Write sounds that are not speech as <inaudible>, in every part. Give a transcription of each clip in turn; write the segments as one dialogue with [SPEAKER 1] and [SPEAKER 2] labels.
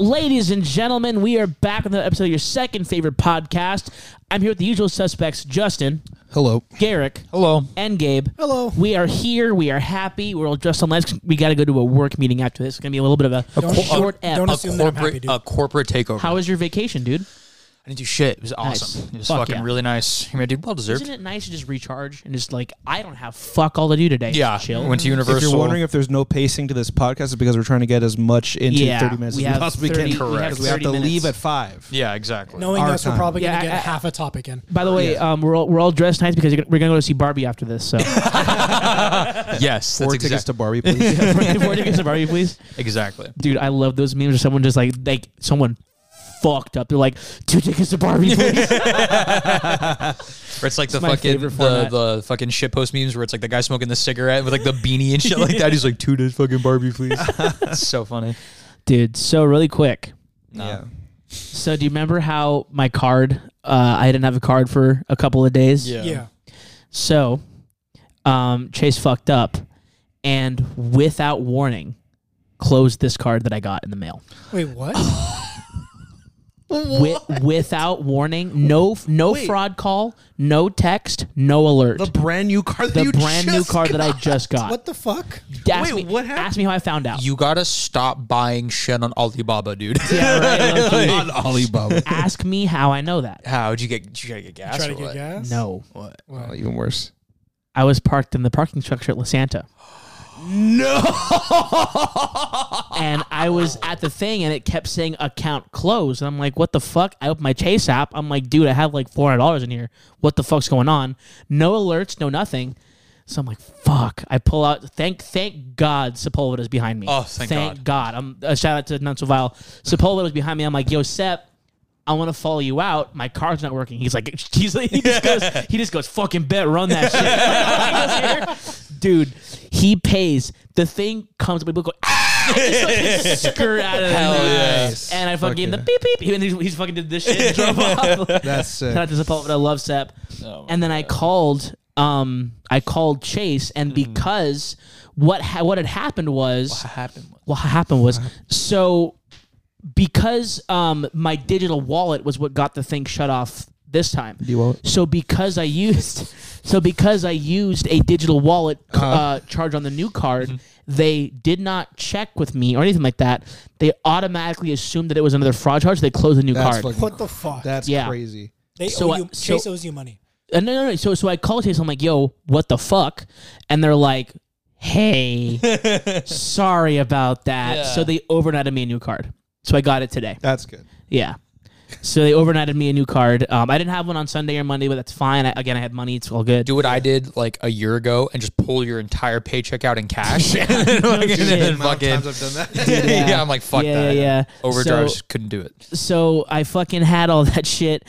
[SPEAKER 1] Ladies and gentlemen, we are back on the episode of your second favorite podcast. I'm here with the usual suspects, Justin,
[SPEAKER 2] Hello.
[SPEAKER 1] Garrick,
[SPEAKER 2] Hello.
[SPEAKER 1] and Gabe.
[SPEAKER 2] Hello.
[SPEAKER 1] We are here. We are happy. We're all dressed on lights. We got to go to a work meeting after this. It's going to be a little bit of a,
[SPEAKER 3] Don't-
[SPEAKER 1] short
[SPEAKER 3] don't-
[SPEAKER 1] ep.
[SPEAKER 3] don't-
[SPEAKER 2] A
[SPEAKER 3] assume that I'm happy,
[SPEAKER 2] corporate,
[SPEAKER 3] dude.
[SPEAKER 2] a corporate takeover.
[SPEAKER 1] How was your vacation, dude?
[SPEAKER 2] I didn't do shit. It was awesome. It was
[SPEAKER 1] Fuck
[SPEAKER 2] fucking
[SPEAKER 1] yeah.
[SPEAKER 2] really nice. I mean, I did well deserved.
[SPEAKER 1] Isn't it nice to just recharge and just like, I don't have fuck all to do today?
[SPEAKER 2] Yeah.
[SPEAKER 1] Chill.
[SPEAKER 2] Went to Universal.
[SPEAKER 4] If you're wondering if there's no pacing to this podcast, it's because we're trying to get as much into
[SPEAKER 1] Yeah,
[SPEAKER 4] 30 minutes
[SPEAKER 1] we
[SPEAKER 4] as
[SPEAKER 1] have
[SPEAKER 4] we possibly
[SPEAKER 1] 30
[SPEAKER 4] can.
[SPEAKER 1] we have
[SPEAKER 4] Because we have
[SPEAKER 1] 30
[SPEAKER 4] to
[SPEAKER 1] minutes.
[SPEAKER 4] leave at 5.
[SPEAKER 2] yeah, exactly.
[SPEAKER 3] Knowing
[SPEAKER 4] Our
[SPEAKER 3] us,
[SPEAKER 4] time.
[SPEAKER 3] we're probably
[SPEAKER 1] Yeah,
[SPEAKER 3] going to
[SPEAKER 1] I-
[SPEAKER 3] get
[SPEAKER 1] I-
[SPEAKER 3] half a topic in.
[SPEAKER 1] By the way, um, we're all, we're all dressed nice because you're, gonna- we're going to go see Barbie after this. So, <laughs>
[SPEAKER 2] Yes,
[SPEAKER 4] Four
[SPEAKER 2] that's
[SPEAKER 4] tickets
[SPEAKER 2] exact-
[SPEAKER 4] to
[SPEAKER 2] <laughs>
[SPEAKER 4] Barbie, please. <laughs>
[SPEAKER 1] Four tickets to Barbie, please.
[SPEAKER 2] exactly.
[SPEAKER 1] dude, I love those memes where someone just like like someone fucked up. They're like two tickets to Barbie,
[SPEAKER 4] <laughs>
[SPEAKER 1] please.
[SPEAKER 2] Or it's like the
[SPEAKER 1] my
[SPEAKER 2] fucking the,
[SPEAKER 1] favorite format.
[SPEAKER 2] the fucking shitpost memes where it's like the guy smoking the cigarette with like the beanie and
[SPEAKER 1] <laughs>
[SPEAKER 2] shit like that. He's like, two to fucking Barbie, <laughs> please. it's so funny.
[SPEAKER 1] dude. So really quick.
[SPEAKER 4] yeah.
[SPEAKER 1] So do you remember how my card? Uh, I didn't have a card for a couple of days.
[SPEAKER 2] Yeah.
[SPEAKER 3] Yeah.
[SPEAKER 1] So, um, Chase fucked up, and without warning, closed this card that I got in the mail.
[SPEAKER 3] Wait, what?
[SPEAKER 1] Wi- without warning, no no fraud call, no text, no alert.
[SPEAKER 4] The brand new car that
[SPEAKER 1] The
[SPEAKER 4] you
[SPEAKER 1] brand new
[SPEAKER 4] just
[SPEAKER 1] card that I just got.
[SPEAKER 3] what the fuck?
[SPEAKER 1] Ask me,
[SPEAKER 4] Wait, what happened?
[SPEAKER 1] Ask me how I found out.
[SPEAKER 2] You gotta stop buying shit on Alibaba,
[SPEAKER 3] <laughs>
[SPEAKER 2] dude. <laughs>
[SPEAKER 1] Yeah, right, low-key. <laughs>
[SPEAKER 4] on Alibaba.
[SPEAKER 1] ask me how I know that.
[SPEAKER 2] How'd you get? Did you gotta get gas?
[SPEAKER 3] Try to
[SPEAKER 2] or
[SPEAKER 3] get
[SPEAKER 2] what?
[SPEAKER 3] gas?
[SPEAKER 1] No.
[SPEAKER 4] oh, even worse.
[SPEAKER 1] I was parked in the parking structure at La Santa. No. and I was at the thing and it kept saying account closed. And I'm like, what the fuck? I opened my Chase app. I'm like, dude, I have like $400 in here. What the fuck's going on? No alerts, no nothing. So I'm like, fuck. I pull out. Thank thank God Sepulveda's behind me.
[SPEAKER 2] Oh, thank
[SPEAKER 1] God. I'm a shout out to Nuncio Vile. Sepulveda's behind me. I'm like, yo, Sep, I want to follow you out. My car's not working. He's like, <laughs> he's like, he just
[SPEAKER 4] <laughs>
[SPEAKER 1] goes, he just goes, fucking bet, run that shit, <laughs> dude. He pays. The thing comes, we both go, ah, <laughs> just like skirt out of Hell
[SPEAKER 4] yes.
[SPEAKER 1] And I
[SPEAKER 4] Fuck
[SPEAKER 1] fucking
[SPEAKER 4] yeah.
[SPEAKER 1] the beep beep, and he's, he's fucking did this shit, and drove <laughs> off.
[SPEAKER 2] <laughs>
[SPEAKER 4] That's
[SPEAKER 1] Shout out
[SPEAKER 4] sick.
[SPEAKER 1] to Sepulveda, I love Sep.
[SPEAKER 2] Oh, my
[SPEAKER 1] and then I called, um, I called Chase, and because what ha- what had happened was
[SPEAKER 2] Mm-hmm. What happened?
[SPEAKER 1] what happened was so because um my digital wallet was what got the thing shut off this time.
[SPEAKER 4] Do you want it?
[SPEAKER 1] So because I used <laughs> so because I used a digital wallet uh, charge on the new card,
[SPEAKER 2] Mm-hmm.
[SPEAKER 1] they did not check with me or anything like that. They automatically assumed that it was another fraud charge. They closed the new
[SPEAKER 4] That's
[SPEAKER 1] card.
[SPEAKER 4] fucking-
[SPEAKER 3] What the fuck?
[SPEAKER 4] That's
[SPEAKER 1] Yeah.
[SPEAKER 4] crazy.
[SPEAKER 3] they
[SPEAKER 1] so
[SPEAKER 3] owe you,
[SPEAKER 1] I- so-
[SPEAKER 3] Chase owes you money.
[SPEAKER 1] Uh, no, no, no. So, so I called Chase. I'm like, yo, what the fuck? And they're like, hey,
[SPEAKER 2] <laughs>
[SPEAKER 1] sorry about that.
[SPEAKER 2] Yeah.
[SPEAKER 1] So they overnighted me a new card. So I got it today.
[SPEAKER 4] That's good.
[SPEAKER 1] Yeah. So they overnighted me a new card. Um, I didn't have one on Sunday or Monday, but that's fine. I, again, I had money. It's all good.
[SPEAKER 2] Do what I did like a year ago and just pull your entire paycheck out
[SPEAKER 1] <laughs>
[SPEAKER 2] in cash. and then, <laughs> like, and
[SPEAKER 4] Amount
[SPEAKER 2] then
[SPEAKER 4] of
[SPEAKER 2] fucking,
[SPEAKER 4] times I've done that.
[SPEAKER 2] <laughs> yeah. I'm like, fuck
[SPEAKER 1] Yeah,
[SPEAKER 2] that.
[SPEAKER 1] yeah, yeah.
[SPEAKER 2] Overdrive
[SPEAKER 1] So-
[SPEAKER 2] couldn't do it. <laughs>
[SPEAKER 1] so I fucking had all <laughs> that shit,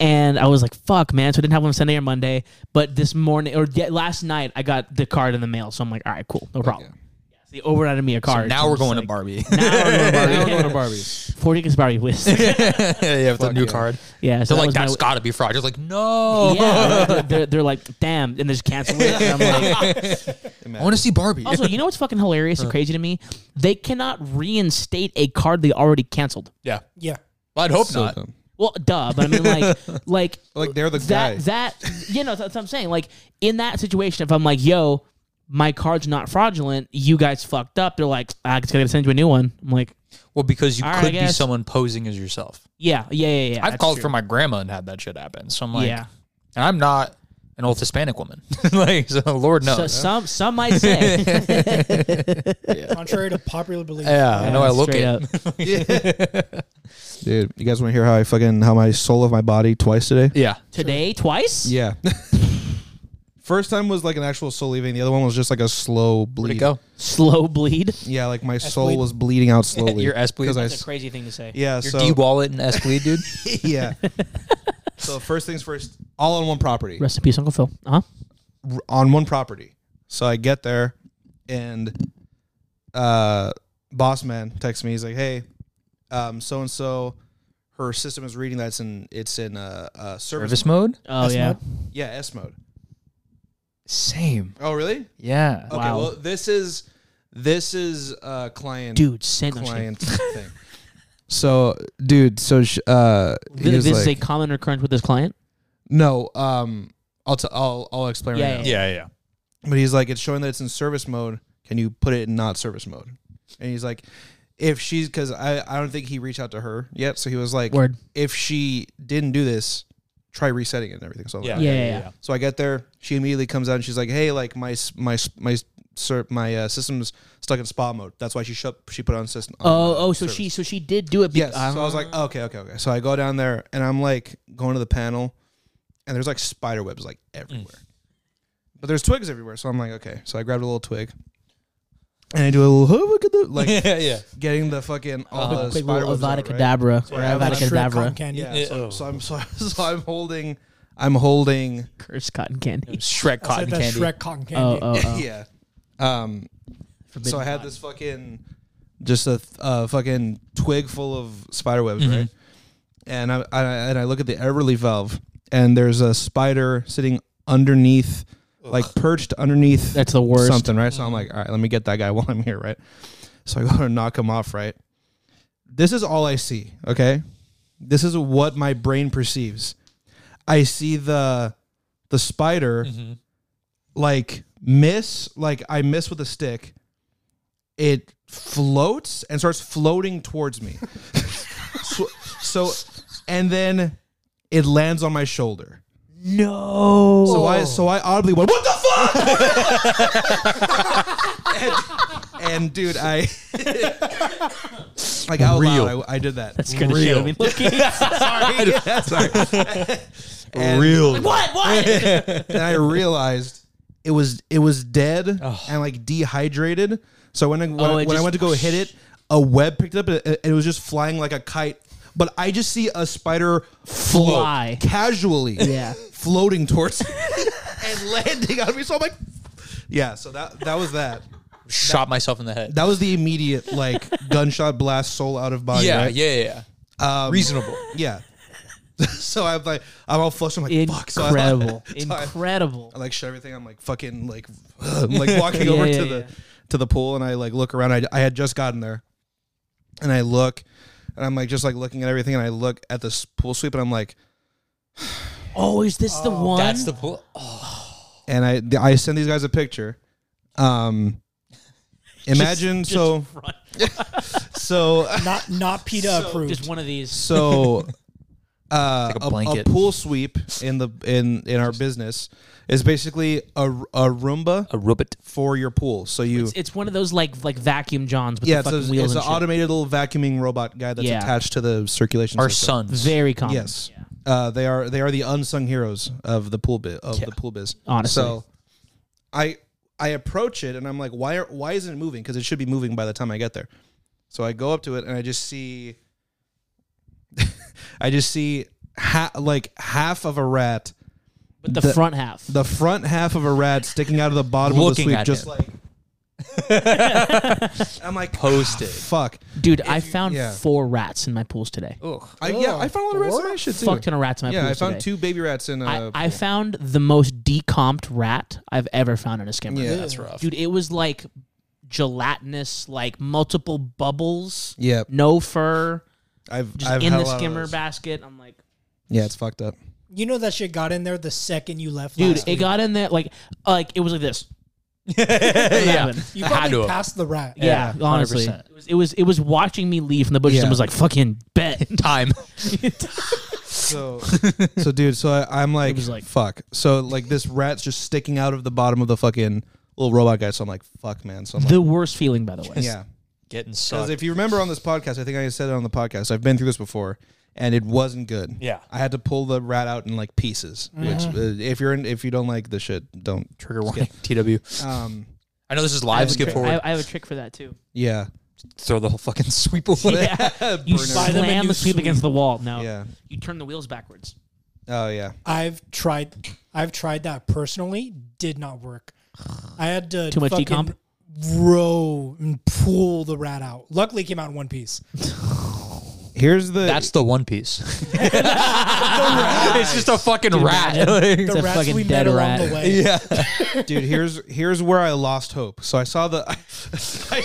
[SPEAKER 1] and I was like, "Fuck, man!" So I didn't have one Sunday or Monday, but this morning or ye- last night I got the card in the mail. So I'm like, "All right, cool, no problem." Yeah, so they overnighted me a
[SPEAKER 2] So
[SPEAKER 1] card.
[SPEAKER 2] now
[SPEAKER 1] So
[SPEAKER 2] we're
[SPEAKER 1] I'm just
[SPEAKER 2] going to
[SPEAKER 1] like,
[SPEAKER 2] Barbie.
[SPEAKER 1] Now we're going to
[SPEAKER 2] <laughs>
[SPEAKER 1] Barbie.
[SPEAKER 4] Now we're going to Barbie's.
[SPEAKER 1] <laughs> Forty is Barbie with.
[SPEAKER 2] yeah, with the new
[SPEAKER 4] yeah.
[SPEAKER 2] card.
[SPEAKER 1] Yeah, so that
[SPEAKER 2] They're like,
[SPEAKER 1] was my
[SPEAKER 2] that's
[SPEAKER 1] w-
[SPEAKER 2] got to be fraud. You're like, no. <laughs>
[SPEAKER 1] yeah, they're, they're, they're like, "Damn!" and they just cancel it. And I'm like,
[SPEAKER 2] I want to see Barbie.
[SPEAKER 1] Also, you know what's fucking hilarious and crazy to me? They cannot reinstate a card they already canceled.
[SPEAKER 2] <laughs> yeah.
[SPEAKER 3] Yeah.
[SPEAKER 2] Well, I'd hope
[SPEAKER 4] <laughs> So
[SPEAKER 2] not.
[SPEAKER 4] dumb.
[SPEAKER 1] Well, duh, but I mean, like,
[SPEAKER 2] <laughs>
[SPEAKER 1] like
[SPEAKER 4] Like, they're the
[SPEAKER 1] that,
[SPEAKER 4] guy.
[SPEAKER 1] that, you know, that's what I'm saying. Like, in that situation, if I'm like, yo, my card's not fraudulent, you guys fucked up, they're like, "Ah, I just gotta send you a new one. I'm like,
[SPEAKER 2] Well, because you
[SPEAKER 1] All right, I
[SPEAKER 2] could be
[SPEAKER 1] guess.
[SPEAKER 2] someone posing as yourself.
[SPEAKER 1] yeah, yeah, yeah, yeah.
[SPEAKER 2] I've called for my grandma and had that shit happen. So I'm like,
[SPEAKER 1] Yeah.
[SPEAKER 2] and I'm not an old Hispanic woman. <laughs> like, so Lord knows.
[SPEAKER 1] So, some, some might say.
[SPEAKER 4] <laughs>
[SPEAKER 3] Contrary to popular belief.
[SPEAKER 2] yeah, I know I look
[SPEAKER 1] Straight
[SPEAKER 2] it.
[SPEAKER 1] up.
[SPEAKER 4] Dude, you guys want to hear how I fucking, how my soul of my body twice today?
[SPEAKER 2] <laughs> Yeah.
[SPEAKER 4] <laughs>
[SPEAKER 1] Today, twice?
[SPEAKER 4] Yeah. First time was like an actual soul leaving. The other one was just like a slow bleed.
[SPEAKER 2] Where'd it go?
[SPEAKER 1] Slow
[SPEAKER 4] <laughs>
[SPEAKER 1] bleed.
[SPEAKER 4] Yeah, like my soul
[SPEAKER 3] bleed?
[SPEAKER 4] was bleeding out slowly.
[SPEAKER 2] Your S bleed?
[SPEAKER 4] 'Cause I
[SPEAKER 1] That's a
[SPEAKER 4] s-
[SPEAKER 1] crazy thing to say.
[SPEAKER 4] yeah,
[SPEAKER 2] Your
[SPEAKER 4] so
[SPEAKER 2] D wallet and S bleed, dude.
[SPEAKER 4] <laughs> yeah. so first things first, all on one property.
[SPEAKER 1] Rest in peace, Uncle Phil. Uh huh.
[SPEAKER 4] r- on one property. So I get there, and uh, boss man texts me. He's like, "Hey, um, so and so, her system is reading that's in it's in uh, uh, service,
[SPEAKER 2] Service mode?
[SPEAKER 1] Oh,
[SPEAKER 3] That's
[SPEAKER 1] yeah.
[SPEAKER 3] not-
[SPEAKER 4] yeah S mode.
[SPEAKER 2] Same.
[SPEAKER 4] Oh really?
[SPEAKER 2] Yeah.
[SPEAKER 4] Okay.
[SPEAKER 1] Wow.
[SPEAKER 4] Well, this is this is uh, client
[SPEAKER 1] Dude, send no shit.
[SPEAKER 4] client thing. So, dude, so sh- uh, he
[SPEAKER 1] Th-
[SPEAKER 4] was
[SPEAKER 1] This is a
[SPEAKER 4] like-
[SPEAKER 1] common recurrence with this client.
[SPEAKER 4] no. Um, I'll t- I'll I'll explain
[SPEAKER 1] Yeah,
[SPEAKER 4] right
[SPEAKER 1] yeah,
[SPEAKER 4] now.
[SPEAKER 2] Yeah, yeah.
[SPEAKER 4] But he's like, it's showing that it's in service mode. Can you put it in not service mode? And he's like, if she's because I I don't think he reached out to her yet. So he was like,
[SPEAKER 1] Word.
[SPEAKER 4] if she didn't do this, try resetting it and everything. So I'm like,
[SPEAKER 1] Yeah, yeah, yeah.
[SPEAKER 4] So I get there. She immediately comes out and she's like, "Hey, like my s- my s- my s- sir, my uh, system's stuck in spa mode. That's why she shut she put on system." on,
[SPEAKER 1] Oh,
[SPEAKER 4] uh,
[SPEAKER 1] oh, so
[SPEAKER 4] service."
[SPEAKER 1] she, so she did do it. be-
[SPEAKER 4] Yes. so I was like, "Okay, okay, okay." So I go down there and I'm like going to the panel, and there's like spider webs like
[SPEAKER 2] Mm.
[SPEAKER 4] everywhere, but there's twigs everywhere. So I'm like, "Okay." So I grabbed a little twig, and I do a little "Huh, look at the like
[SPEAKER 2] <laughs> yeah, yeah.
[SPEAKER 4] getting the fucking all
[SPEAKER 1] uh,
[SPEAKER 4] the
[SPEAKER 1] quick
[SPEAKER 4] spider
[SPEAKER 1] little
[SPEAKER 4] webs
[SPEAKER 1] Avada
[SPEAKER 4] out, right?
[SPEAKER 1] Kedavra or
[SPEAKER 4] I have
[SPEAKER 1] Avada
[SPEAKER 4] a
[SPEAKER 3] Shrimp cotton
[SPEAKER 1] Kedavra.
[SPEAKER 3] candy.
[SPEAKER 4] Yeah.
[SPEAKER 2] Yeah.
[SPEAKER 4] So, so I'm <laughs> so, so I'm holding I'm holding
[SPEAKER 1] Curse cotton candy.
[SPEAKER 2] Shrek
[SPEAKER 3] I said
[SPEAKER 2] cotton
[SPEAKER 3] that
[SPEAKER 2] candy.
[SPEAKER 3] Shrek cotton
[SPEAKER 1] Oh,
[SPEAKER 3] candy.
[SPEAKER 1] oh, oh.
[SPEAKER 4] yeah. Um,
[SPEAKER 1] Forbidden
[SPEAKER 4] so I had
[SPEAKER 1] cotton.
[SPEAKER 4] this fucking, just a th- uh, fucking twig full of spider webs,
[SPEAKER 1] Mm-hmm.
[SPEAKER 4] right? And I, I and I look at the air relief valve, and there's a spider sitting underneath, like perched underneath
[SPEAKER 1] That's the worst.
[SPEAKER 4] something, right? So I'm like, all right, let me get that guy <laughs> while I'm here, right? So I go to knock him off, right? This is all I see, okay? This is what my brain perceives. I see the the spider
[SPEAKER 1] Mm-hmm.
[SPEAKER 4] like miss, like I miss with a stick. It floats and starts floating towards <laughs> me. so, so and then it lands on my shoulder.
[SPEAKER 1] No.
[SPEAKER 4] So I so I audibly went, "What the fuck?" <laughs> and, and dude, I <laughs> like out
[SPEAKER 2] Real.
[SPEAKER 4] loud, I, I did that.
[SPEAKER 1] That's gonna show me. Look,
[SPEAKER 4] sorry, Yeah, sorry. And-
[SPEAKER 2] Real.
[SPEAKER 1] what? What?
[SPEAKER 4] and I realized it was it was dead and like dehydrated. So when I, when,
[SPEAKER 1] Oh,
[SPEAKER 4] I,
[SPEAKER 1] it
[SPEAKER 4] when I
[SPEAKER 1] just-
[SPEAKER 4] went to go hit it, a web picked it up and it, it was just flying like a kite. But I just see a spider float
[SPEAKER 1] Fly.
[SPEAKER 4] casually,
[SPEAKER 1] Yeah.
[SPEAKER 4] floating towards me <laughs> and landing on me. So I'm like, yeah. So that that was that.
[SPEAKER 2] Shot myself in the head.
[SPEAKER 4] That was the immediate like gunshot blast, soul out of body.
[SPEAKER 2] yeah,
[SPEAKER 4] right? Um,
[SPEAKER 2] yeah, yeah, yeah. Reasonable.
[SPEAKER 4] yeah. <laughs> so I'm like, I'm all flushed. I'm like, fuck. <laughs> So I-
[SPEAKER 1] Incredible.
[SPEAKER 4] so I-
[SPEAKER 1] Incredible.
[SPEAKER 4] I like shut everything. I'm like fucking like <laughs> I'm, like
[SPEAKER 1] <laughs>
[SPEAKER 4] walking
[SPEAKER 1] Yeah,
[SPEAKER 4] over
[SPEAKER 1] yeah,
[SPEAKER 4] to
[SPEAKER 1] yeah.
[SPEAKER 4] the to the pool and I like look around. I, I had just gotten there, and I look, and I'm like just like looking at everything, and I look at this pool sweep, and I'm like,
[SPEAKER 1] Oh, is this the one?
[SPEAKER 2] That's the pool. Oh,
[SPEAKER 4] and I I send these guys a picture.
[SPEAKER 1] <laughs>
[SPEAKER 4] Um, imagine so
[SPEAKER 1] front.
[SPEAKER 4] <laughs> so
[SPEAKER 3] Not not PETA approved.
[SPEAKER 1] Just one of these. <laughs>
[SPEAKER 4] so. Uh,
[SPEAKER 2] Like a
[SPEAKER 4] a, a,
[SPEAKER 2] blanket.
[SPEAKER 4] pool sweep in the in in our business is basically a, a Roomba
[SPEAKER 2] a robot.
[SPEAKER 4] for your pool. So you
[SPEAKER 1] It's one of those like like vacuum johns with
[SPEAKER 4] Yeah,
[SPEAKER 1] yeah,
[SPEAKER 4] it's,
[SPEAKER 1] the fucking
[SPEAKER 4] a,
[SPEAKER 1] wheels
[SPEAKER 4] it's an
[SPEAKER 1] and shit.
[SPEAKER 4] automated little vacuuming robot guy that's
[SPEAKER 1] Yeah.
[SPEAKER 4] attached to the circulation.
[SPEAKER 2] Our
[SPEAKER 4] system.
[SPEAKER 2] sons.
[SPEAKER 1] Very common.
[SPEAKER 4] Yes, uh, they are they are the unsung heroes of the pool bit of the pool biz.
[SPEAKER 1] Honestly.
[SPEAKER 4] so I I approach it and I'm like, why are, why isn't it moving? Because it should be moving by the time I get there. So I go up to it and I just see, <laughs> I just see ha- like half of a rat,
[SPEAKER 1] But the,
[SPEAKER 4] The-
[SPEAKER 1] front half.
[SPEAKER 4] the front half of a rat sticking out of the bottom of the
[SPEAKER 2] Looking
[SPEAKER 4] sweep,
[SPEAKER 2] at
[SPEAKER 4] just
[SPEAKER 2] him.
[SPEAKER 1] <laughs>
[SPEAKER 4] like. <laughs> I'm like ah,
[SPEAKER 2] Posted.
[SPEAKER 4] Fuck.
[SPEAKER 1] Dude, I found
[SPEAKER 4] yeah.
[SPEAKER 1] four rats in my pools today.
[SPEAKER 4] I, yeah, I found a lot of rats in my shit too.
[SPEAKER 1] Fuck ton of rats in my
[SPEAKER 4] Yeah, I
[SPEAKER 1] pools
[SPEAKER 4] found
[SPEAKER 1] today.
[SPEAKER 4] two baby rats in.
[SPEAKER 1] I,
[SPEAKER 4] Uh,
[SPEAKER 1] I found the most decomped rat I've ever found in a skimmer.
[SPEAKER 4] Yeah.
[SPEAKER 2] That's rough.
[SPEAKER 1] Dude, it was like gelatinous, like multiple bubbles,
[SPEAKER 4] yeah,
[SPEAKER 1] no fur,
[SPEAKER 4] I've
[SPEAKER 1] just
[SPEAKER 4] I've
[SPEAKER 1] in
[SPEAKER 4] had
[SPEAKER 1] the
[SPEAKER 4] a lot of
[SPEAKER 1] skimmer
[SPEAKER 4] those.
[SPEAKER 1] basket. I'm like,
[SPEAKER 4] Yeah, it's fucked up.
[SPEAKER 3] you know that shit got in there the second you left.
[SPEAKER 1] dude,
[SPEAKER 3] last
[SPEAKER 1] it
[SPEAKER 3] week.
[SPEAKER 1] got in there like like it was like
[SPEAKER 4] <laughs>
[SPEAKER 1] this. What happened?
[SPEAKER 3] You
[SPEAKER 2] Had to
[SPEAKER 3] probably
[SPEAKER 2] have.
[SPEAKER 3] passed the rat.
[SPEAKER 1] Yeah,
[SPEAKER 2] Yeah,
[SPEAKER 1] honestly,
[SPEAKER 2] 100%.
[SPEAKER 1] it was, it was it was watching me leave from the bushes
[SPEAKER 4] Yeah.
[SPEAKER 1] and was like, "Fucking
[SPEAKER 4] <laughs>
[SPEAKER 1] bet."
[SPEAKER 2] <laughs> Time.
[SPEAKER 1] <laughs>
[SPEAKER 4] So, so dude, so I, I'm like,
[SPEAKER 1] was like-
[SPEAKER 4] fuck. So like this rat's just sticking out of the bottom of the fucking little robot guy. So I'm like, fuck, man. So I'm like,
[SPEAKER 1] The worst feeling, by the way.
[SPEAKER 4] yeah.
[SPEAKER 2] Getting
[SPEAKER 4] Because
[SPEAKER 2] sucked.
[SPEAKER 4] if you remember on this podcast, I think I said it on the podcast. I've been through this before, and it wasn't good.
[SPEAKER 2] Yeah.
[SPEAKER 4] I had to pull the rat out in like pieces. Which,
[SPEAKER 1] Mm-hmm.
[SPEAKER 4] uh, if you're in, if you don't like the shit, don't trigger
[SPEAKER 2] Warning. TW.
[SPEAKER 4] Um,
[SPEAKER 2] I know this is live. Skip
[SPEAKER 1] I-
[SPEAKER 2] forward.
[SPEAKER 1] I, I have a trick for that too.
[SPEAKER 4] yeah,
[SPEAKER 2] Throw the whole fucking sweep away.
[SPEAKER 4] <laughs>
[SPEAKER 1] Yeah, <laughs> you
[SPEAKER 4] Burner.
[SPEAKER 3] Buy
[SPEAKER 1] slam
[SPEAKER 3] them and
[SPEAKER 1] the
[SPEAKER 3] you
[SPEAKER 1] sweep
[SPEAKER 3] sweep.
[SPEAKER 1] against the wall. No,
[SPEAKER 4] Yeah.
[SPEAKER 1] you turn the wheels backwards.
[SPEAKER 4] oh yeah.
[SPEAKER 3] I've tried. I've tried that personally. Did not work. I had to
[SPEAKER 1] Too much
[SPEAKER 3] fucking
[SPEAKER 1] decomp?
[SPEAKER 3] row and pull the rat out. Luckily, it came out in one piece.
[SPEAKER 4] Here's the
[SPEAKER 2] That's the One Piece. <laughs> it's just a fucking rat. Like- <laughs>
[SPEAKER 1] It's
[SPEAKER 3] the
[SPEAKER 1] a
[SPEAKER 3] rats
[SPEAKER 1] fucking
[SPEAKER 3] we
[SPEAKER 1] dead
[SPEAKER 3] met along
[SPEAKER 1] rat.
[SPEAKER 3] the
[SPEAKER 4] <laughs>
[SPEAKER 3] way.
[SPEAKER 4] dude. Here's here's where I lost hope. So I saw the <laughs> I, saw,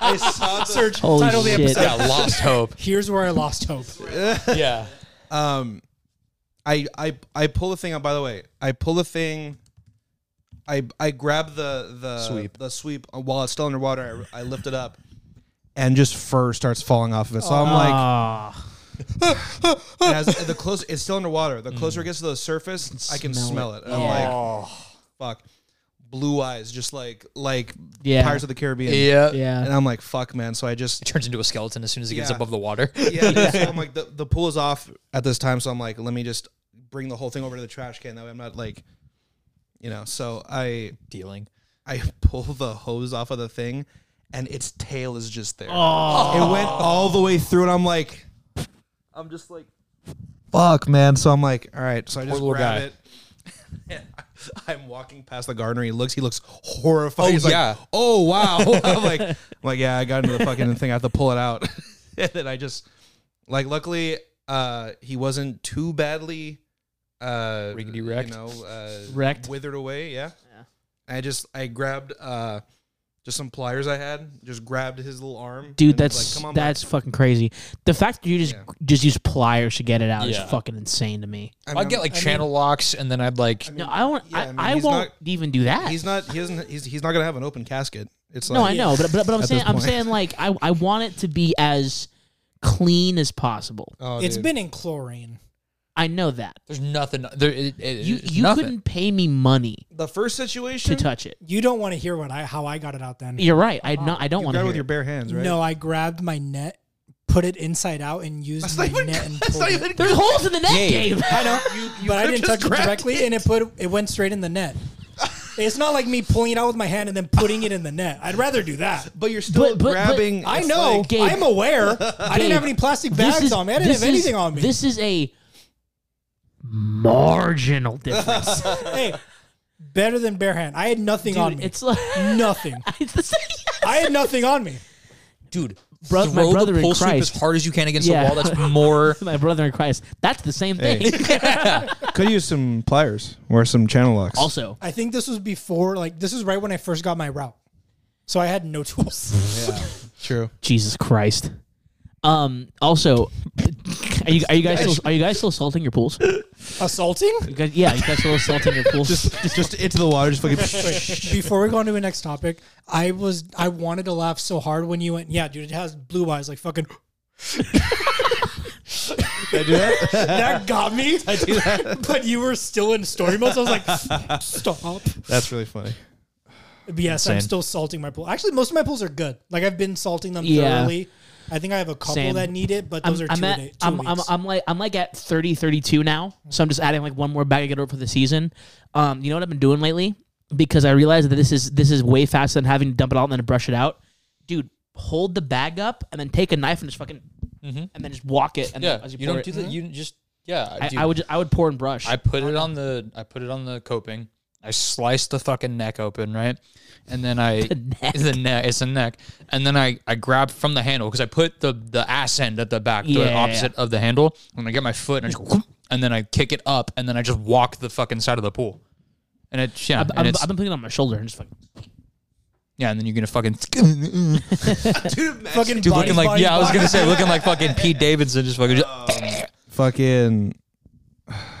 [SPEAKER 4] I saw the search
[SPEAKER 1] Holy
[SPEAKER 4] title of the
[SPEAKER 1] shit.
[SPEAKER 4] episode.
[SPEAKER 2] yeah, lost hope.
[SPEAKER 3] Here's where I lost
[SPEAKER 1] <laughs>
[SPEAKER 3] hope.
[SPEAKER 2] Yeah.
[SPEAKER 4] um I I I pull the thing up by the way. I pull the thing I I grab the the
[SPEAKER 2] Sweep.
[SPEAKER 4] the sweep uh, while it's still underwater. I, I lift it up and just fur starts falling off of it. So I'm like
[SPEAKER 1] Ah.
[SPEAKER 4] and as, the closer it's still underwater. The closer it gets to the surface, I can
[SPEAKER 1] Mm. Smell it.
[SPEAKER 4] smell it. And I'm like fuck. Blue eyes just like like
[SPEAKER 1] Yeah.
[SPEAKER 4] Pirates of the Caribbean.
[SPEAKER 2] Yeah.
[SPEAKER 1] yeah.
[SPEAKER 4] And I'm like fuck man. So I just
[SPEAKER 2] Turns into a skeleton as soon as it gets
[SPEAKER 4] Yeah.
[SPEAKER 2] above the water.
[SPEAKER 4] <laughs> yeah, so I'm like the, the pool is off at this time, so I'm like, let me just bring the whole thing over to the trash can. That way, I'm not like, you know. So I
[SPEAKER 2] Dealing.
[SPEAKER 4] I <laughs> pull the hose off of the thing, and its tail is just there. It went all the way through, and I'm like, I'm just like, fuck, man. So I'm like, all right. So I just
[SPEAKER 2] Poor little
[SPEAKER 4] grab
[SPEAKER 2] guy.
[SPEAKER 4] it. <laughs> and I'm walking past the gardener. He looks. He looks horrified.
[SPEAKER 2] Oh,
[SPEAKER 4] He's like,
[SPEAKER 2] yeah.
[SPEAKER 4] oh
[SPEAKER 2] <laughs>
[SPEAKER 4] wow. <laughs> I'm like, I'm like, yeah. I got into the fucking thing. I have to pull it out. <laughs> and then I just like, luckily, uh, he wasn't too badly, uh,
[SPEAKER 2] Riggedy wrecked.
[SPEAKER 4] You know, uh,
[SPEAKER 1] Wrecked.
[SPEAKER 4] withered away. Yeah. I just I grabbed uh, just some pliers I had. Just grabbed his little arm.
[SPEAKER 1] Dude,
[SPEAKER 4] and was
[SPEAKER 1] that's
[SPEAKER 4] like, come on, bud."
[SPEAKER 1] that's fucking crazy. The fact that you just
[SPEAKER 4] Yeah.
[SPEAKER 1] just use pliers to get it out
[SPEAKER 2] Yeah.
[SPEAKER 1] is fucking insane to me.
[SPEAKER 4] I
[SPEAKER 2] I'd get like channel locks and then I'd like.
[SPEAKER 1] No, I won't.
[SPEAKER 4] yeah,
[SPEAKER 1] I,
[SPEAKER 4] I
[SPEAKER 1] I,
[SPEAKER 4] mean, he's
[SPEAKER 1] won't
[SPEAKER 4] not-
[SPEAKER 1] even do that.
[SPEAKER 4] He's not. He doesn't. He's, he's not gonna have an open casket. It's like
[SPEAKER 1] no, I know, but but, but I'm
[SPEAKER 4] At
[SPEAKER 1] saying
[SPEAKER 4] this
[SPEAKER 1] I'm
[SPEAKER 4] point.
[SPEAKER 1] saying like I I want it to be as clean as possible.
[SPEAKER 4] Oh,
[SPEAKER 3] It's
[SPEAKER 4] dude.
[SPEAKER 3] been in chlorine.
[SPEAKER 1] I know that.
[SPEAKER 2] There's nothing. There, it, it,
[SPEAKER 1] You
[SPEAKER 2] it's
[SPEAKER 1] you
[SPEAKER 2] nothing.
[SPEAKER 1] couldn't pay me money
[SPEAKER 4] the first
[SPEAKER 1] to
[SPEAKER 4] situation.
[SPEAKER 1] touch it.
[SPEAKER 3] You don't want to hear what I how I got it out then.
[SPEAKER 1] You're right. I not I don't
[SPEAKER 4] you
[SPEAKER 1] want
[SPEAKER 4] grab
[SPEAKER 1] to.
[SPEAKER 4] with your bare hands, right?
[SPEAKER 3] No, I grabbed my net, put it inside out, and used
[SPEAKER 4] That's
[SPEAKER 3] my
[SPEAKER 4] not even-
[SPEAKER 3] net
[SPEAKER 1] <laughs>
[SPEAKER 3] and
[SPEAKER 4] that's
[SPEAKER 3] pulled
[SPEAKER 4] not
[SPEAKER 3] it.
[SPEAKER 4] even.
[SPEAKER 1] There's holes in the net
[SPEAKER 2] Yeah.
[SPEAKER 3] <laughs>
[SPEAKER 1] game. <laughs>
[SPEAKER 4] I know. You, you
[SPEAKER 3] but I
[SPEAKER 4] could've
[SPEAKER 3] didn't
[SPEAKER 4] just
[SPEAKER 3] touch it
[SPEAKER 4] grabbed
[SPEAKER 3] directly, and it put it went straight in
[SPEAKER 1] <laughs>
[SPEAKER 3] the net. it's not like me pulling it out with my hand and then putting it in the net. I'd rather do
[SPEAKER 1] <laughs>
[SPEAKER 3] that.
[SPEAKER 4] <laughs> But you're still
[SPEAKER 1] But- but- but
[SPEAKER 4] grabbing.
[SPEAKER 3] I
[SPEAKER 4] it's
[SPEAKER 3] know.
[SPEAKER 4] like-
[SPEAKER 1] Gabe.
[SPEAKER 3] I'm aware. I didn't
[SPEAKER 1] Gabe,
[SPEAKER 3] have any plastic bags on me. I didn't
[SPEAKER 1] this
[SPEAKER 3] have anything
[SPEAKER 1] is-
[SPEAKER 3] on me.
[SPEAKER 1] This is a marginal difference.
[SPEAKER 3] <laughs> hey, better than bare hand. I had nothing on
[SPEAKER 1] Dude,
[SPEAKER 3] me.
[SPEAKER 1] it's
[SPEAKER 3] <laughs>
[SPEAKER 1] like
[SPEAKER 3] nothing.
[SPEAKER 1] <laughs> it's the same.
[SPEAKER 3] I had nothing on me.
[SPEAKER 2] Dude,
[SPEAKER 1] Bro- my
[SPEAKER 2] throw
[SPEAKER 1] brother
[SPEAKER 2] the
[SPEAKER 1] in
[SPEAKER 2] pole sweep as
[SPEAKER 1] Christ.
[SPEAKER 2] hard as you can against
[SPEAKER 1] Yeah.
[SPEAKER 2] the wall. That's more.
[SPEAKER 1] My brother in Christ. That's the same thing.
[SPEAKER 4] Hey. Could use some pliers or some channel locks.
[SPEAKER 1] Also,
[SPEAKER 3] I think this was before. Like this is right when I first got my route. So I had
[SPEAKER 2] <laughs>
[SPEAKER 3] no tools.
[SPEAKER 4] true.
[SPEAKER 1] Jesus Christ. Um. Also, <laughs> are you are you guys still, are you guys still salting your pools? You
[SPEAKER 3] Assaulting.
[SPEAKER 1] guys, yeah, you guys still salting your pools.
[SPEAKER 4] <laughs> Just just into the water. Just <laughs> fucking.
[SPEAKER 3] Wait, before we go on to the next topic, I was I wanted to laugh so hard when you went, yeah, dude, it has blue eyes, like fucking.
[SPEAKER 4] <laughs>
[SPEAKER 2] <laughs>
[SPEAKER 3] that got me. <laughs> but you were still in story mode, so I
[SPEAKER 2] <laughs>
[SPEAKER 3] was like, stop.
[SPEAKER 4] That's really funny.
[SPEAKER 3] But yes, I'm
[SPEAKER 2] Insane.
[SPEAKER 3] still salting my pool. Actually, most of my pools are good. Like I've been salting them
[SPEAKER 1] Yeah.
[SPEAKER 3] thoroughly. I think I have a couple
[SPEAKER 1] Same.
[SPEAKER 3] that need it, but
[SPEAKER 1] I'm,
[SPEAKER 3] those are two,
[SPEAKER 1] I'm
[SPEAKER 3] a
[SPEAKER 1] at,
[SPEAKER 3] day- 2
[SPEAKER 1] I'm,
[SPEAKER 3] weeks.
[SPEAKER 1] I'm, I'm like I'm like at 30, 32 now. So I'm just adding like one more bag to get over for the season. Um, you know what I've been doing lately? Because I realized that this is this is way faster than having to dump it out and then brush it out. Dude, hold the bag up and then take a knife and just fucking and then just walk it. <laughs> And
[SPEAKER 2] Yeah,
[SPEAKER 1] then as you,
[SPEAKER 2] you,
[SPEAKER 1] pour
[SPEAKER 2] don't
[SPEAKER 1] it- mm.
[SPEAKER 2] do that. You just yeah.
[SPEAKER 1] I,
[SPEAKER 2] dude,
[SPEAKER 1] I would ju- I would pour and brush.
[SPEAKER 2] I put it on the I put it on the coping. I sliced the fucking neck open, right? And then I
[SPEAKER 1] <laughs>
[SPEAKER 2] the
[SPEAKER 1] neck.
[SPEAKER 2] neck, it's a neck. And then I I grabbed from the handle because I put the the ass end at the back,
[SPEAKER 1] Yeah, yeah,
[SPEAKER 2] the
[SPEAKER 1] yeah.
[SPEAKER 2] opposite of the handle. And I get my foot and I just go, and then I kick it up and then I just walk the fucking side of the pool. And it's yeah,
[SPEAKER 1] I've,
[SPEAKER 2] and it's,
[SPEAKER 1] I've been putting it on my shoulder and just fucking
[SPEAKER 2] yeah, and then you're gonna fucking <laughs> dude,
[SPEAKER 4] Dude,
[SPEAKER 3] fucking
[SPEAKER 2] looking
[SPEAKER 3] bodies,
[SPEAKER 2] like
[SPEAKER 3] bodies,
[SPEAKER 2] yeah, I was
[SPEAKER 3] bodies.
[SPEAKER 2] gonna say looking like fucking Pete Davidson, just fucking. Just,
[SPEAKER 4] fucking.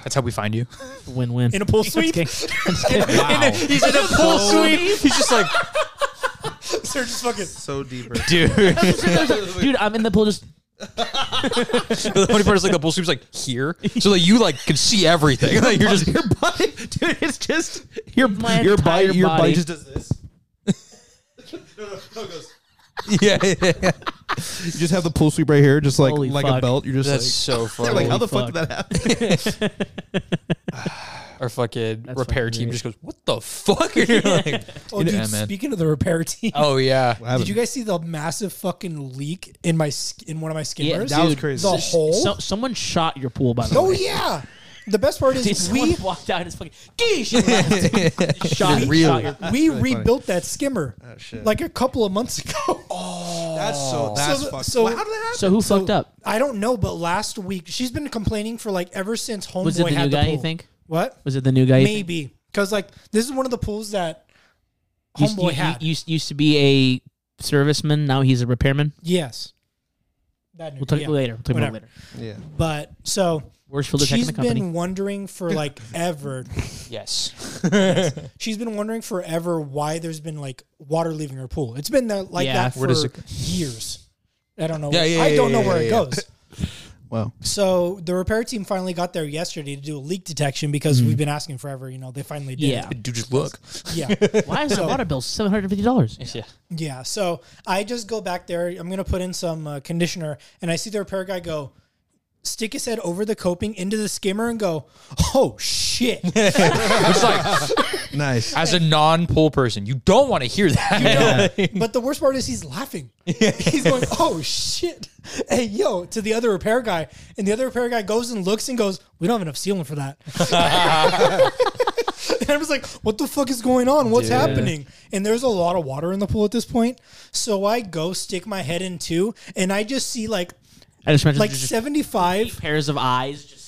[SPEAKER 2] that's how we find you.
[SPEAKER 1] win win.
[SPEAKER 3] in
[SPEAKER 1] <laughs>
[SPEAKER 3] a pool sweep.
[SPEAKER 2] He's in a <laughs> pool sweep. He's just like,
[SPEAKER 3] They're just fucking.
[SPEAKER 4] So <laughs> deeper.
[SPEAKER 2] dude. <laughs>
[SPEAKER 1] Dude, I'm in the pool just
[SPEAKER 2] But the funny part is like the bull sweep's like here, so like you like can see everything. <laughs> Like you're just
[SPEAKER 4] your body, dude. It's just your
[SPEAKER 1] My
[SPEAKER 4] your body,
[SPEAKER 1] entire
[SPEAKER 4] Your body
[SPEAKER 1] body.
[SPEAKER 4] just does this. <laughs> no, no, no, it goes.
[SPEAKER 2] <laughs> yeah. yeah, yeah.
[SPEAKER 4] You just have the pool sweep right here, just like
[SPEAKER 1] Holy
[SPEAKER 4] like a
[SPEAKER 1] fuck.
[SPEAKER 4] belt. You're just
[SPEAKER 2] That's
[SPEAKER 4] like.
[SPEAKER 2] <laughs> so funny.
[SPEAKER 4] Like how the
[SPEAKER 1] Holy
[SPEAKER 4] fuck, did that <laughs> happen?
[SPEAKER 2] Our fucking
[SPEAKER 1] That's
[SPEAKER 2] repair
[SPEAKER 1] fucking
[SPEAKER 2] team
[SPEAKER 1] great.
[SPEAKER 2] just goes, "What the fuck?" <laughs> And you're like,
[SPEAKER 3] Oh, dude,
[SPEAKER 2] Yeah, man.
[SPEAKER 3] speaking of the repair team,
[SPEAKER 2] oh yeah.
[SPEAKER 3] Did you guys see the massive fucking leak in my sk- in one of my skimmers?
[SPEAKER 1] that
[SPEAKER 4] was
[SPEAKER 1] dude,
[SPEAKER 4] crazy.
[SPEAKER 3] The hole.
[SPEAKER 1] so, someone shot your pool by the
[SPEAKER 3] oh
[SPEAKER 1] way.
[SPEAKER 3] yeah. The best
[SPEAKER 1] <laughs>
[SPEAKER 3] part
[SPEAKER 1] Dude,
[SPEAKER 3] is
[SPEAKER 1] someone
[SPEAKER 3] we <laughs>
[SPEAKER 1] walked out and just fucking geesh and left. shot, shot your
[SPEAKER 3] we rebuilt that skimmer
[SPEAKER 4] shit.
[SPEAKER 3] like a couple of months ago. Oh,
[SPEAKER 4] That's so. That's
[SPEAKER 3] <laughs> So the-
[SPEAKER 4] fucked.
[SPEAKER 3] so-
[SPEAKER 4] Well, how did that happen?
[SPEAKER 1] So who fucked up?
[SPEAKER 3] I don't know, but last week she's been complaining for like ever since homeboy
[SPEAKER 1] Was it the
[SPEAKER 3] had
[SPEAKER 1] new
[SPEAKER 3] the
[SPEAKER 1] guy?
[SPEAKER 3] pool.
[SPEAKER 1] You think?
[SPEAKER 3] What?
[SPEAKER 1] Was it the new guy? you think?
[SPEAKER 3] Maybe because like this is one of the pools that
[SPEAKER 1] Used-
[SPEAKER 3] homeboy
[SPEAKER 1] you-
[SPEAKER 3] had.
[SPEAKER 1] you- used, used to be a serviceman. Now he's a repairman.
[SPEAKER 3] yes. That
[SPEAKER 1] We'll talk later. We'll talk about it later.
[SPEAKER 4] yeah.
[SPEAKER 3] But so
[SPEAKER 1] Worst field tech in
[SPEAKER 3] she's
[SPEAKER 1] the company.
[SPEAKER 3] been
[SPEAKER 1] <laughs>
[SPEAKER 3] wondering for like ever.
[SPEAKER 2] Yes.
[SPEAKER 3] She's been wondering forever why there's been like water leaving her pool. It's been that like
[SPEAKER 1] Yeah.
[SPEAKER 3] that
[SPEAKER 2] Where
[SPEAKER 3] for
[SPEAKER 2] does
[SPEAKER 3] years. I don't know.
[SPEAKER 2] Yeah, yeah,
[SPEAKER 3] I
[SPEAKER 2] yeah,
[SPEAKER 3] don't know
[SPEAKER 2] yeah,
[SPEAKER 3] where
[SPEAKER 2] yeah,
[SPEAKER 3] it
[SPEAKER 2] yeah.
[SPEAKER 3] goes.
[SPEAKER 4] Well,
[SPEAKER 3] So the repair team finally got there yesterday to do a leak detection because
[SPEAKER 2] Mm-hmm.
[SPEAKER 3] we've been asking forever. You know, they finally did. <laughs>
[SPEAKER 1] Yeah.
[SPEAKER 2] Dude, just look.
[SPEAKER 3] Yeah.
[SPEAKER 1] <laughs> Why is the water bill seven hundred and fifty dollars?
[SPEAKER 2] Yeah.
[SPEAKER 3] Yeah, so I just go back there. I'm gonna put in some uh, conditioner, and I see the repair guy go stick his head over the coping into the skimmer and go, "Oh shit!" You
[SPEAKER 2] It's like,
[SPEAKER 4] nice.
[SPEAKER 2] as a non pool person, you don't want to hear that.
[SPEAKER 3] know? But the worst part is
[SPEAKER 1] <laughs>
[SPEAKER 3] he's laughing. He's going, "Oh shit!" Hey, yo, to the other repair guy, and the other repair guy goes and looks and goes, "We don't have enough sealant for that." <laughs> and I was like, "What the fuck is going on? What's happening?" And there's a lot of water in the pool at this point, so I go stick my head in too, and I just see like
[SPEAKER 1] I just mentioned
[SPEAKER 3] like
[SPEAKER 1] just
[SPEAKER 3] 75
[SPEAKER 1] pairs of eyes. Just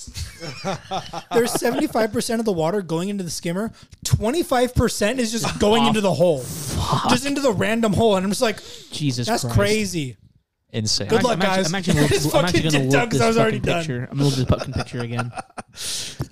[SPEAKER 3] there's 75% of the water going into the skimmer 25%
[SPEAKER 1] <laughs>
[SPEAKER 3] is just going into the hole just into the random hole and i'm just like
[SPEAKER 1] Ah, Jesus.
[SPEAKER 3] that's
[SPEAKER 1] Christ.
[SPEAKER 3] crazy
[SPEAKER 2] <laughs> Insane.
[SPEAKER 3] Good luck.
[SPEAKER 1] I'm actually,
[SPEAKER 3] guys.
[SPEAKER 1] I'm
[SPEAKER 3] <laughs>
[SPEAKER 1] actually,
[SPEAKER 3] This
[SPEAKER 1] look, I'm actually
[SPEAKER 3] fucking
[SPEAKER 1] gonna
[SPEAKER 3] did
[SPEAKER 1] look
[SPEAKER 3] done 'cause
[SPEAKER 1] this
[SPEAKER 3] I was already
[SPEAKER 1] fucking
[SPEAKER 3] done.
[SPEAKER 1] picture. I'm gonna look this fucking picture
[SPEAKER 3] <laughs>
[SPEAKER 1] again.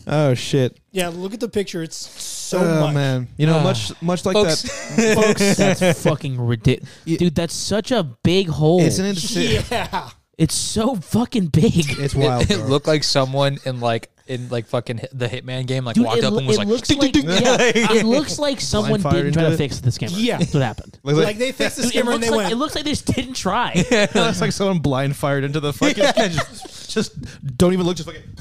[SPEAKER 4] Oh shit.
[SPEAKER 3] yeah look at the picture it's so
[SPEAKER 4] Oh
[SPEAKER 3] much <laughs>
[SPEAKER 4] man. You know, much much like
[SPEAKER 2] Folks.
[SPEAKER 4] that.
[SPEAKER 1] That's fucking
[SPEAKER 3] <laughs>
[SPEAKER 1] ridiculous,
[SPEAKER 4] Yeah.
[SPEAKER 1] dude. That's such a big hole.
[SPEAKER 4] It's an interesting.
[SPEAKER 3] yeah
[SPEAKER 1] It's so fucking big.
[SPEAKER 4] It's wild.
[SPEAKER 2] <laughs> It, it
[SPEAKER 4] bro.
[SPEAKER 2] looked like someone in like in like fucking hit, the Hitman game like
[SPEAKER 1] Dude,
[SPEAKER 2] walked
[SPEAKER 1] it,
[SPEAKER 2] up
[SPEAKER 1] lo-
[SPEAKER 2] and was
[SPEAKER 1] it
[SPEAKER 2] like,
[SPEAKER 1] looks
[SPEAKER 2] "Ding,
[SPEAKER 1] like,
[SPEAKER 2] ding, ding."
[SPEAKER 1] yeah, it looks like someone
[SPEAKER 4] fire
[SPEAKER 1] didn't try
[SPEAKER 4] into
[SPEAKER 1] to
[SPEAKER 4] it?
[SPEAKER 1] fix this camera.
[SPEAKER 3] Yeah.
[SPEAKER 1] that's what happened.
[SPEAKER 4] Like-
[SPEAKER 3] like
[SPEAKER 4] <laughs>
[SPEAKER 3] they fixed the
[SPEAKER 1] Dude, it,
[SPEAKER 3] skimmer and
[SPEAKER 1] looks
[SPEAKER 3] they
[SPEAKER 1] like,
[SPEAKER 3] went
[SPEAKER 1] it looks like they just didn't try.
[SPEAKER 4] It looks like someone blind fired into the fucking. just, just don't even look. Just fucking. <laughs>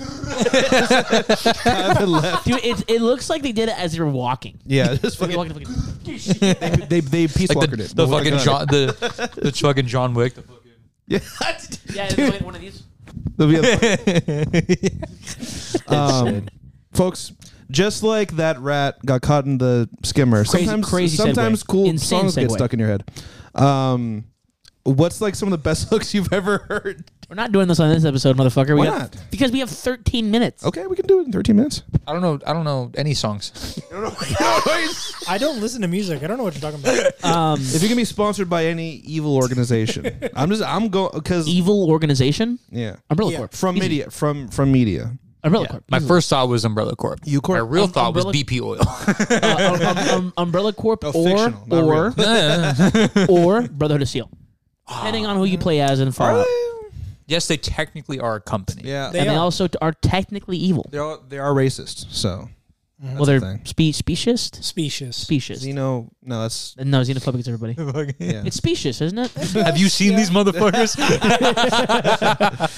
[SPEAKER 4] Have it left.
[SPEAKER 1] Dude, it, it looks like they did it as they were walking.
[SPEAKER 4] Yeah, just
[SPEAKER 1] They were
[SPEAKER 4] fucking.
[SPEAKER 1] walking, fucking-
[SPEAKER 4] They they peace
[SPEAKER 2] like the,
[SPEAKER 4] walkered it.
[SPEAKER 2] the
[SPEAKER 4] But we're
[SPEAKER 2] fucking
[SPEAKER 4] gonna-
[SPEAKER 2] John the the fucking John Wick. The fucking
[SPEAKER 4] Yeah.
[SPEAKER 1] yeah, it's like one of these.
[SPEAKER 4] There'll be a- um,
[SPEAKER 2] insane.
[SPEAKER 4] folks, just like that rat got caught in the skimmer.
[SPEAKER 1] Crazy-
[SPEAKER 4] sometimes,
[SPEAKER 1] crazy
[SPEAKER 4] sometimes
[SPEAKER 1] segue.
[SPEAKER 4] cool
[SPEAKER 1] Insane
[SPEAKER 4] songs get
[SPEAKER 1] segue.
[SPEAKER 4] stuck in your head. Um, what's like some of the best <laughs> hooks you've ever heard?
[SPEAKER 1] We're not doing this on this episode, motherfucker.
[SPEAKER 4] Why
[SPEAKER 1] we got,
[SPEAKER 4] not?
[SPEAKER 1] Because we have 13 minutes.
[SPEAKER 4] Okay, we can do it in 13 minutes.
[SPEAKER 2] I don't know. I don't know any songs.
[SPEAKER 3] i don't listen to music i don't know what you're talking
[SPEAKER 1] <laughs>
[SPEAKER 3] about
[SPEAKER 1] Um,
[SPEAKER 4] if you can be sponsored by any evil
[SPEAKER 1] <laughs>
[SPEAKER 4] organization, I'm just I'm going because
[SPEAKER 1] evil organization,
[SPEAKER 4] yeah,
[SPEAKER 1] Umbrella
[SPEAKER 3] Yeah.
[SPEAKER 1] Corp.
[SPEAKER 4] from media from from media.
[SPEAKER 1] Umbrella Corp.
[SPEAKER 2] My first thought was Umbrella Corp.
[SPEAKER 4] You Corp.
[SPEAKER 2] My real
[SPEAKER 1] Um,
[SPEAKER 2] thought
[SPEAKER 1] Umbrella-
[SPEAKER 2] was BP Oil. <laughs>
[SPEAKER 1] Uh, um, um, um, Umbrella Corp
[SPEAKER 4] No,
[SPEAKER 1] or
[SPEAKER 4] fictional, not
[SPEAKER 1] or
[SPEAKER 4] real.
[SPEAKER 1] <laughs> or Brotherhood of Steel. Depending on who you play as in Fallout,
[SPEAKER 2] yes, they technically are a company.
[SPEAKER 4] Uh, yeah,
[SPEAKER 3] They
[SPEAKER 1] and they
[SPEAKER 3] are.
[SPEAKER 1] also t- are technically evil.
[SPEAKER 4] they are they are racist. So
[SPEAKER 1] well,
[SPEAKER 4] the
[SPEAKER 1] they're
[SPEAKER 4] thing.
[SPEAKER 1] spe- specious,
[SPEAKER 3] specious
[SPEAKER 1] specious.
[SPEAKER 4] Zeno, no, that's
[SPEAKER 1] no, xenophobic is everybody.
[SPEAKER 4] yeah.
[SPEAKER 1] It's specious, isn't
[SPEAKER 2] <laughs>
[SPEAKER 1] it?
[SPEAKER 2] <laughs> Have you seen
[SPEAKER 4] <laughs>
[SPEAKER 2] these motherfuckers?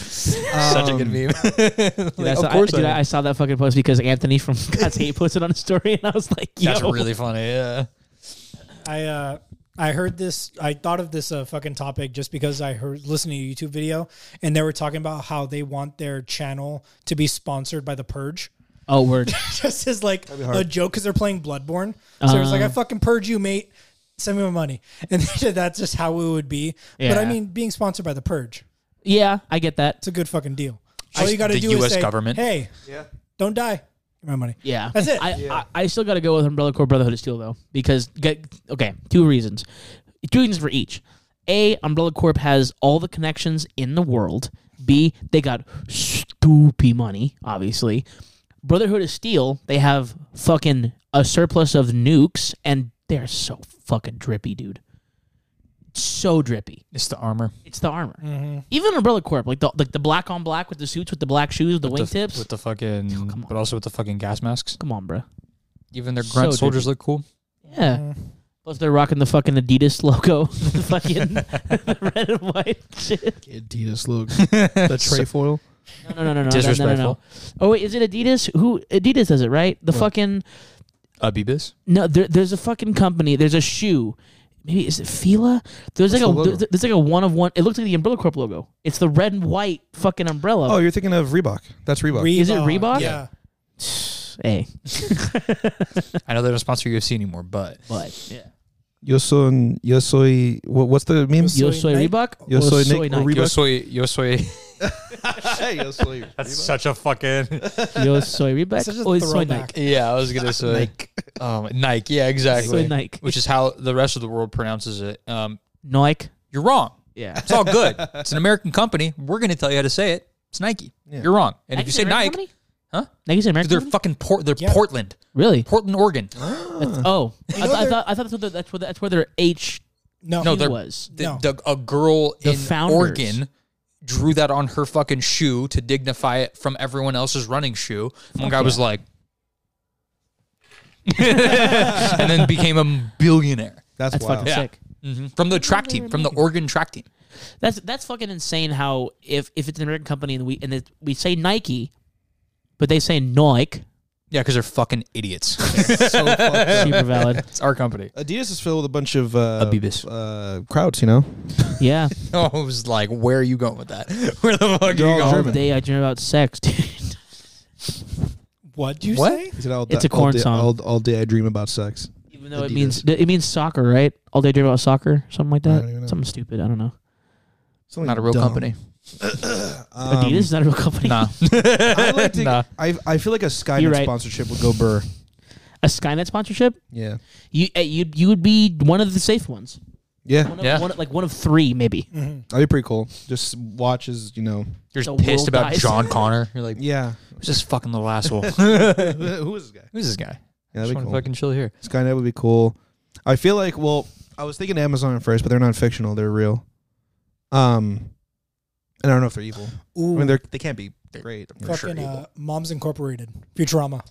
[SPEAKER 2] Such
[SPEAKER 4] Um,
[SPEAKER 2] a good meme.
[SPEAKER 4] <laughs>
[SPEAKER 1] Dude, I saw,
[SPEAKER 2] of course
[SPEAKER 1] I, dude,
[SPEAKER 2] I
[SPEAKER 1] I,
[SPEAKER 2] am.
[SPEAKER 1] I saw that fucking post because Anthony from <laughs> God's Hate posted on a story, and I was like, "Yo,
[SPEAKER 2] That's really funny. Yeah.
[SPEAKER 3] I uh, I heard this. I thought of this uh, fucking topic just because I heard listening to a YouTube video, and they were talking about how they want their channel to be sponsored by the Purge, <laughs>
[SPEAKER 1] oh,
[SPEAKER 2] <laughs>
[SPEAKER 1] word."
[SPEAKER 3] just as like a joke because they're playing Bloodborne. So it's like
[SPEAKER 1] Uh.
[SPEAKER 3] I fucking purge you, mate. Send me my money, <laughs> and they said that's just how it would be. But I
[SPEAKER 1] Yeah.
[SPEAKER 3] mean, being sponsored by the Purge,
[SPEAKER 1] yeah, I get that.
[SPEAKER 3] it's a good fucking deal. All
[SPEAKER 2] Just
[SPEAKER 3] you got to
[SPEAKER 2] the
[SPEAKER 3] do is
[SPEAKER 2] US
[SPEAKER 3] say,
[SPEAKER 2] government.
[SPEAKER 3] "Hey,
[SPEAKER 4] Yeah.
[SPEAKER 3] don't die." Give me My money.
[SPEAKER 1] Yeah,
[SPEAKER 3] That's it.
[SPEAKER 1] I, I, I still got to go with Umbrella Corp Brotherhood of Steel though, because get, okay, two reasons, two reasons for each. A, Umbrella Corp has all the connections in the world. B, they got stupid money, obviously. Brotherhood of Steel, they have fucking a surplus of nukes, and they're so fucking drippy, dude. So drippy.
[SPEAKER 2] It's the armor.
[SPEAKER 1] It's the armor. Even Umbrella Corp, like the like the black on black with the suits, with the black shoes, with the
[SPEAKER 2] With the,
[SPEAKER 1] wingtips.
[SPEAKER 2] with the fucking, but also with the fucking gas masks.
[SPEAKER 1] Come on, bro.
[SPEAKER 2] Even their
[SPEAKER 1] So
[SPEAKER 2] grunt soldiers
[SPEAKER 1] dirty.
[SPEAKER 2] look cool.
[SPEAKER 1] Yeah. Plus they're rocking the fucking Adidas logo, <laughs> the fucking <laughs> the red and white shit.
[SPEAKER 4] Adidas
[SPEAKER 2] <laughs>
[SPEAKER 4] look. the trefoil.
[SPEAKER 1] No, no, no, no, no, no, no, no.
[SPEAKER 2] Disrespectful.
[SPEAKER 1] Oh wait, is it Adidas? Who Adidas does it right? The fucking
[SPEAKER 2] Abibis.
[SPEAKER 1] no. There, there's a fucking company. There's a shoe. Maybe is it Fila? There's like
[SPEAKER 4] What's the
[SPEAKER 1] a
[SPEAKER 4] logo?
[SPEAKER 1] there's, there's like a one of one. It looks like the Umbrella Corp logo. It's the red and white fucking umbrella.
[SPEAKER 4] Oh, you're thinking of Reebok. That's Reebok.
[SPEAKER 1] Is it Reebok?
[SPEAKER 3] Mm. Yeah.
[SPEAKER 1] <sighs> hey,
[SPEAKER 2] I know they don't sponsor UFC anymore, but
[SPEAKER 1] but yeah.
[SPEAKER 4] Yo soy, yo soy. What, what's the meme?
[SPEAKER 1] Yo soy
[SPEAKER 3] Nike?
[SPEAKER 1] Reebok.
[SPEAKER 4] Yo
[SPEAKER 1] or
[SPEAKER 4] soy Nick or
[SPEAKER 2] Yo
[SPEAKER 4] Reebok?
[SPEAKER 2] soy, yo soy.
[SPEAKER 4] Hey, <laughs> yo soy.
[SPEAKER 5] <laughs> That's such a fucking.
[SPEAKER 1] Yo soy
[SPEAKER 3] It's such a
[SPEAKER 1] Reebok. Or soy
[SPEAKER 3] throwback.
[SPEAKER 1] Nike.
[SPEAKER 2] <laughs> Yeah, I
[SPEAKER 5] <laughs>
[SPEAKER 2] was gonna say Nike. Um, Nike. Yeah, exactly.
[SPEAKER 1] Soy Nike.
[SPEAKER 2] Which is how the rest of the world pronounces it. Um,
[SPEAKER 1] Nike.
[SPEAKER 2] you're wrong.
[SPEAKER 1] Yeah.
[SPEAKER 2] It's
[SPEAKER 4] <laughs>
[SPEAKER 2] all good. it's an American company. We're gonna tell you how to say it. It's Nike. You're wrong. And if you say Nike, Huh?
[SPEAKER 1] Nike's an American.
[SPEAKER 2] they're
[SPEAKER 1] company?
[SPEAKER 2] fucking Port. They're
[SPEAKER 3] Yeah.
[SPEAKER 2] Portland,
[SPEAKER 1] really?
[SPEAKER 2] Portland, Oregon.
[SPEAKER 1] Oh, I, th- I
[SPEAKER 3] they're-
[SPEAKER 1] thought I thought that's where, the, that's where the, that's where their H
[SPEAKER 3] No,
[SPEAKER 2] No,
[SPEAKER 1] thing
[SPEAKER 2] they're-
[SPEAKER 1] was.
[SPEAKER 2] The-
[SPEAKER 3] No.
[SPEAKER 2] the- a girl
[SPEAKER 1] The
[SPEAKER 2] in
[SPEAKER 1] founders.
[SPEAKER 2] Oregon drew that on her fucking shoe to dignify it from everyone else's running shoe. One guy was like, <laughs> and then became a billionaire
[SPEAKER 4] That's,
[SPEAKER 1] That's
[SPEAKER 4] wild.
[SPEAKER 1] fucking sick.
[SPEAKER 2] from the track team, from the Oregon track team.
[SPEAKER 1] That's that's fucking insane. How if if it's an American company and we and it, we say Nike, but they say Nike,
[SPEAKER 2] Yeah, because they're fucking <laughs> idiots.
[SPEAKER 4] <laughs> So fucked up.
[SPEAKER 1] super valid.
[SPEAKER 4] <laughs>
[SPEAKER 2] it's our company.
[SPEAKER 4] Adidas is filled with a bunch of uh,
[SPEAKER 2] Abibis.
[SPEAKER 4] uh, crowds, you know.
[SPEAKER 1] Yeah,
[SPEAKER 2] <laughs> I was like, where are you going with that? <laughs> Where the fuck are you
[SPEAKER 4] They're all
[SPEAKER 2] going?
[SPEAKER 1] all
[SPEAKER 4] German.
[SPEAKER 1] day I dream about sex, dude.
[SPEAKER 4] <laughs>
[SPEAKER 3] what do you
[SPEAKER 2] What?
[SPEAKER 3] say?
[SPEAKER 4] He said, all
[SPEAKER 1] It's
[SPEAKER 4] da-
[SPEAKER 1] a corn
[SPEAKER 4] all day,
[SPEAKER 1] song.
[SPEAKER 4] All, all day I dream about sex.
[SPEAKER 1] Even though it
[SPEAKER 4] Adidas.
[SPEAKER 1] means it means soccer, right? All day dream about soccer, something like
[SPEAKER 4] don't
[SPEAKER 1] that.
[SPEAKER 4] even know.
[SPEAKER 1] Something stupid. I don't know.
[SPEAKER 4] Something
[SPEAKER 2] Not a real
[SPEAKER 4] dumb.
[SPEAKER 2] company.
[SPEAKER 4] Um,
[SPEAKER 1] Adidas is not a real company.
[SPEAKER 2] <laughs> Nah.
[SPEAKER 4] I,
[SPEAKER 1] <laughs>
[SPEAKER 4] like to,
[SPEAKER 2] Nah.
[SPEAKER 4] I, I feel like a Skynet
[SPEAKER 1] You're right.
[SPEAKER 4] sponsorship would go burr.
[SPEAKER 1] <laughs> A Skynet sponsorship.
[SPEAKER 4] Yeah.
[SPEAKER 1] You uh, you you would be one of the safe ones.
[SPEAKER 4] Yeah.
[SPEAKER 1] One of,
[SPEAKER 2] Yeah.
[SPEAKER 1] one of- like one of three maybe.
[SPEAKER 4] That'd be pretty cool. Just watches, you know.
[SPEAKER 2] You're just
[SPEAKER 1] The
[SPEAKER 2] pissed
[SPEAKER 1] world
[SPEAKER 2] about
[SPEAKER 1] dies.
[SPEAKER 2] John Connor.
[SPEAKER 4] <laughs>
[SPEAKER 2] You're like,
[SPEAKER 4] Yeah.
[SPEAKER 2] who's this fucking little asshole?
[SPEAKER 4] Who is this guy?
[SPEAKER 2] who's this guy?
[SPEAKER 4] Yeah,
[SPEAKER 2] I
[SPEAKER 4] that'd
[SPEAKER 2] <laughs> just
[SPEAKER 4] be
[SPEAKER 2] want to
[SPEAKER 4] cool.
[SPEAKER 2] fucking chill here.
[SPEAKER 4] Skynet would be cool. I feel like, well, I was thinking Amazon at first, but they're not fictional. They're real. Um, and I don't know if they're evil. I
[SPEAKER 3] Ooh,
[SPEAKER 4] mean, they're, they can't be great. I'm sure
[SPEAKER 3] fucking
[SPEAKER 4] evil.
[SPEAKER 3] uh, Moms Incorporated, Futurama.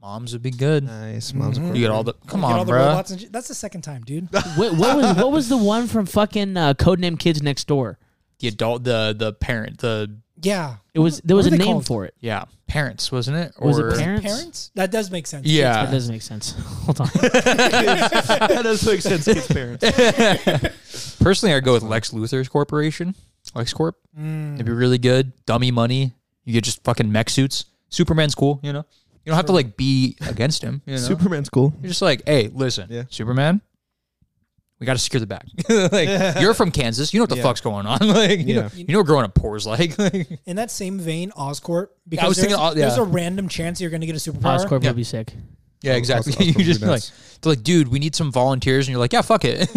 [SPEAKER 2] Moms would be good.
[SPEAKER 4] nice. Mom's
[SPEAKER 3] Mhm.
[SPEAKER 2] You get all the come
[SPEAKER 3] Get all
[SPEAKER 2] on,
[SPEAKER 3] the
[SPEAKER 2] bro.
[SPEAKER 3] robots and shit. That's the second time, dude.
[SPEAKER 1] what, what was what <laughs> was the one from fucking uh, Codename Kids Next Door?
[SPEAKER 2] The adult, the the parent, the
[SPEAKER 3] Yeah,
[SPEAKER 1] It was there was
[SPEAKER 3] What
[SPEAKER 1] a
[SPEAKER 3] are they
[SPEAKER 1] name
[SPEAKER 3] called?
[SPEAKER 1] for it.
[SPEAKER 2] yeah parents, wasn't it?
[SPEAKER 1] Was it parents?
[SPEAKER 3] parents. That does make sense.
[SPEAKER 1] That
[SPEAKER 2] Yeah,
[SPEAKER 1] doesn't make sense. Hold on.
[SPEAKER 4] <laughs> that does make sense. Kids' parents.
[SPEAKER 2] personally, I'd go with Lex Luthor's corporation, LexCorp. It'd be really good. Dummy money. You get just fucking mech suits. Superman's cool. You know, you don't have to like be against him. You know,
[SPEAKER 4] Superman's cool.
[SPEAKER 2] you're just like, hey, listen,
[SPEAKER 4] Yeah.
[SPEAKER 2] Superman. We got to secure the back. <laughs> like you're from Kansas, you know what the
[SPEAKER 4] Yeah.
[SPEAKER 2] fuck's going on. <laughs> like you, know,
[SPEAKER 4] Yeah.
[SPEAKER 2] you know what growing up poor is like. <laughs> Like,
[SPEAKER 3] In that same vein, Oscorp. Because
[SPEAKER 2] was
[SPEAKER 3] there's,
[SPEAKER 2] thinking Os-
[SPEAKER 3] there's
[SPEAKER 2] yeah.
[SPEAKER 3] a random chance you're going to get a superpower.
[SPEAKER 1] Oscorp
[SPEAKER 2] Yeah.
[SPEAKER 1] would be sick.
[SPEAKER 2] Yeah,
[SPEAKER 4] I'll-
[SPEAKER 2] exactly. <laughs>
[SPEAKER 4] I'll- I'll
[SPEAKER 2] you
[SPEAKER 4] probably
[SPEAKER 2] just be
[SPEAKER 4] do
[SPEAKER 2] like,
[SPEAKER 4] that.
[SPEAKER 2] they're like, dude, we need some volunteers, and you're like, yeah, fuck it, <laughs>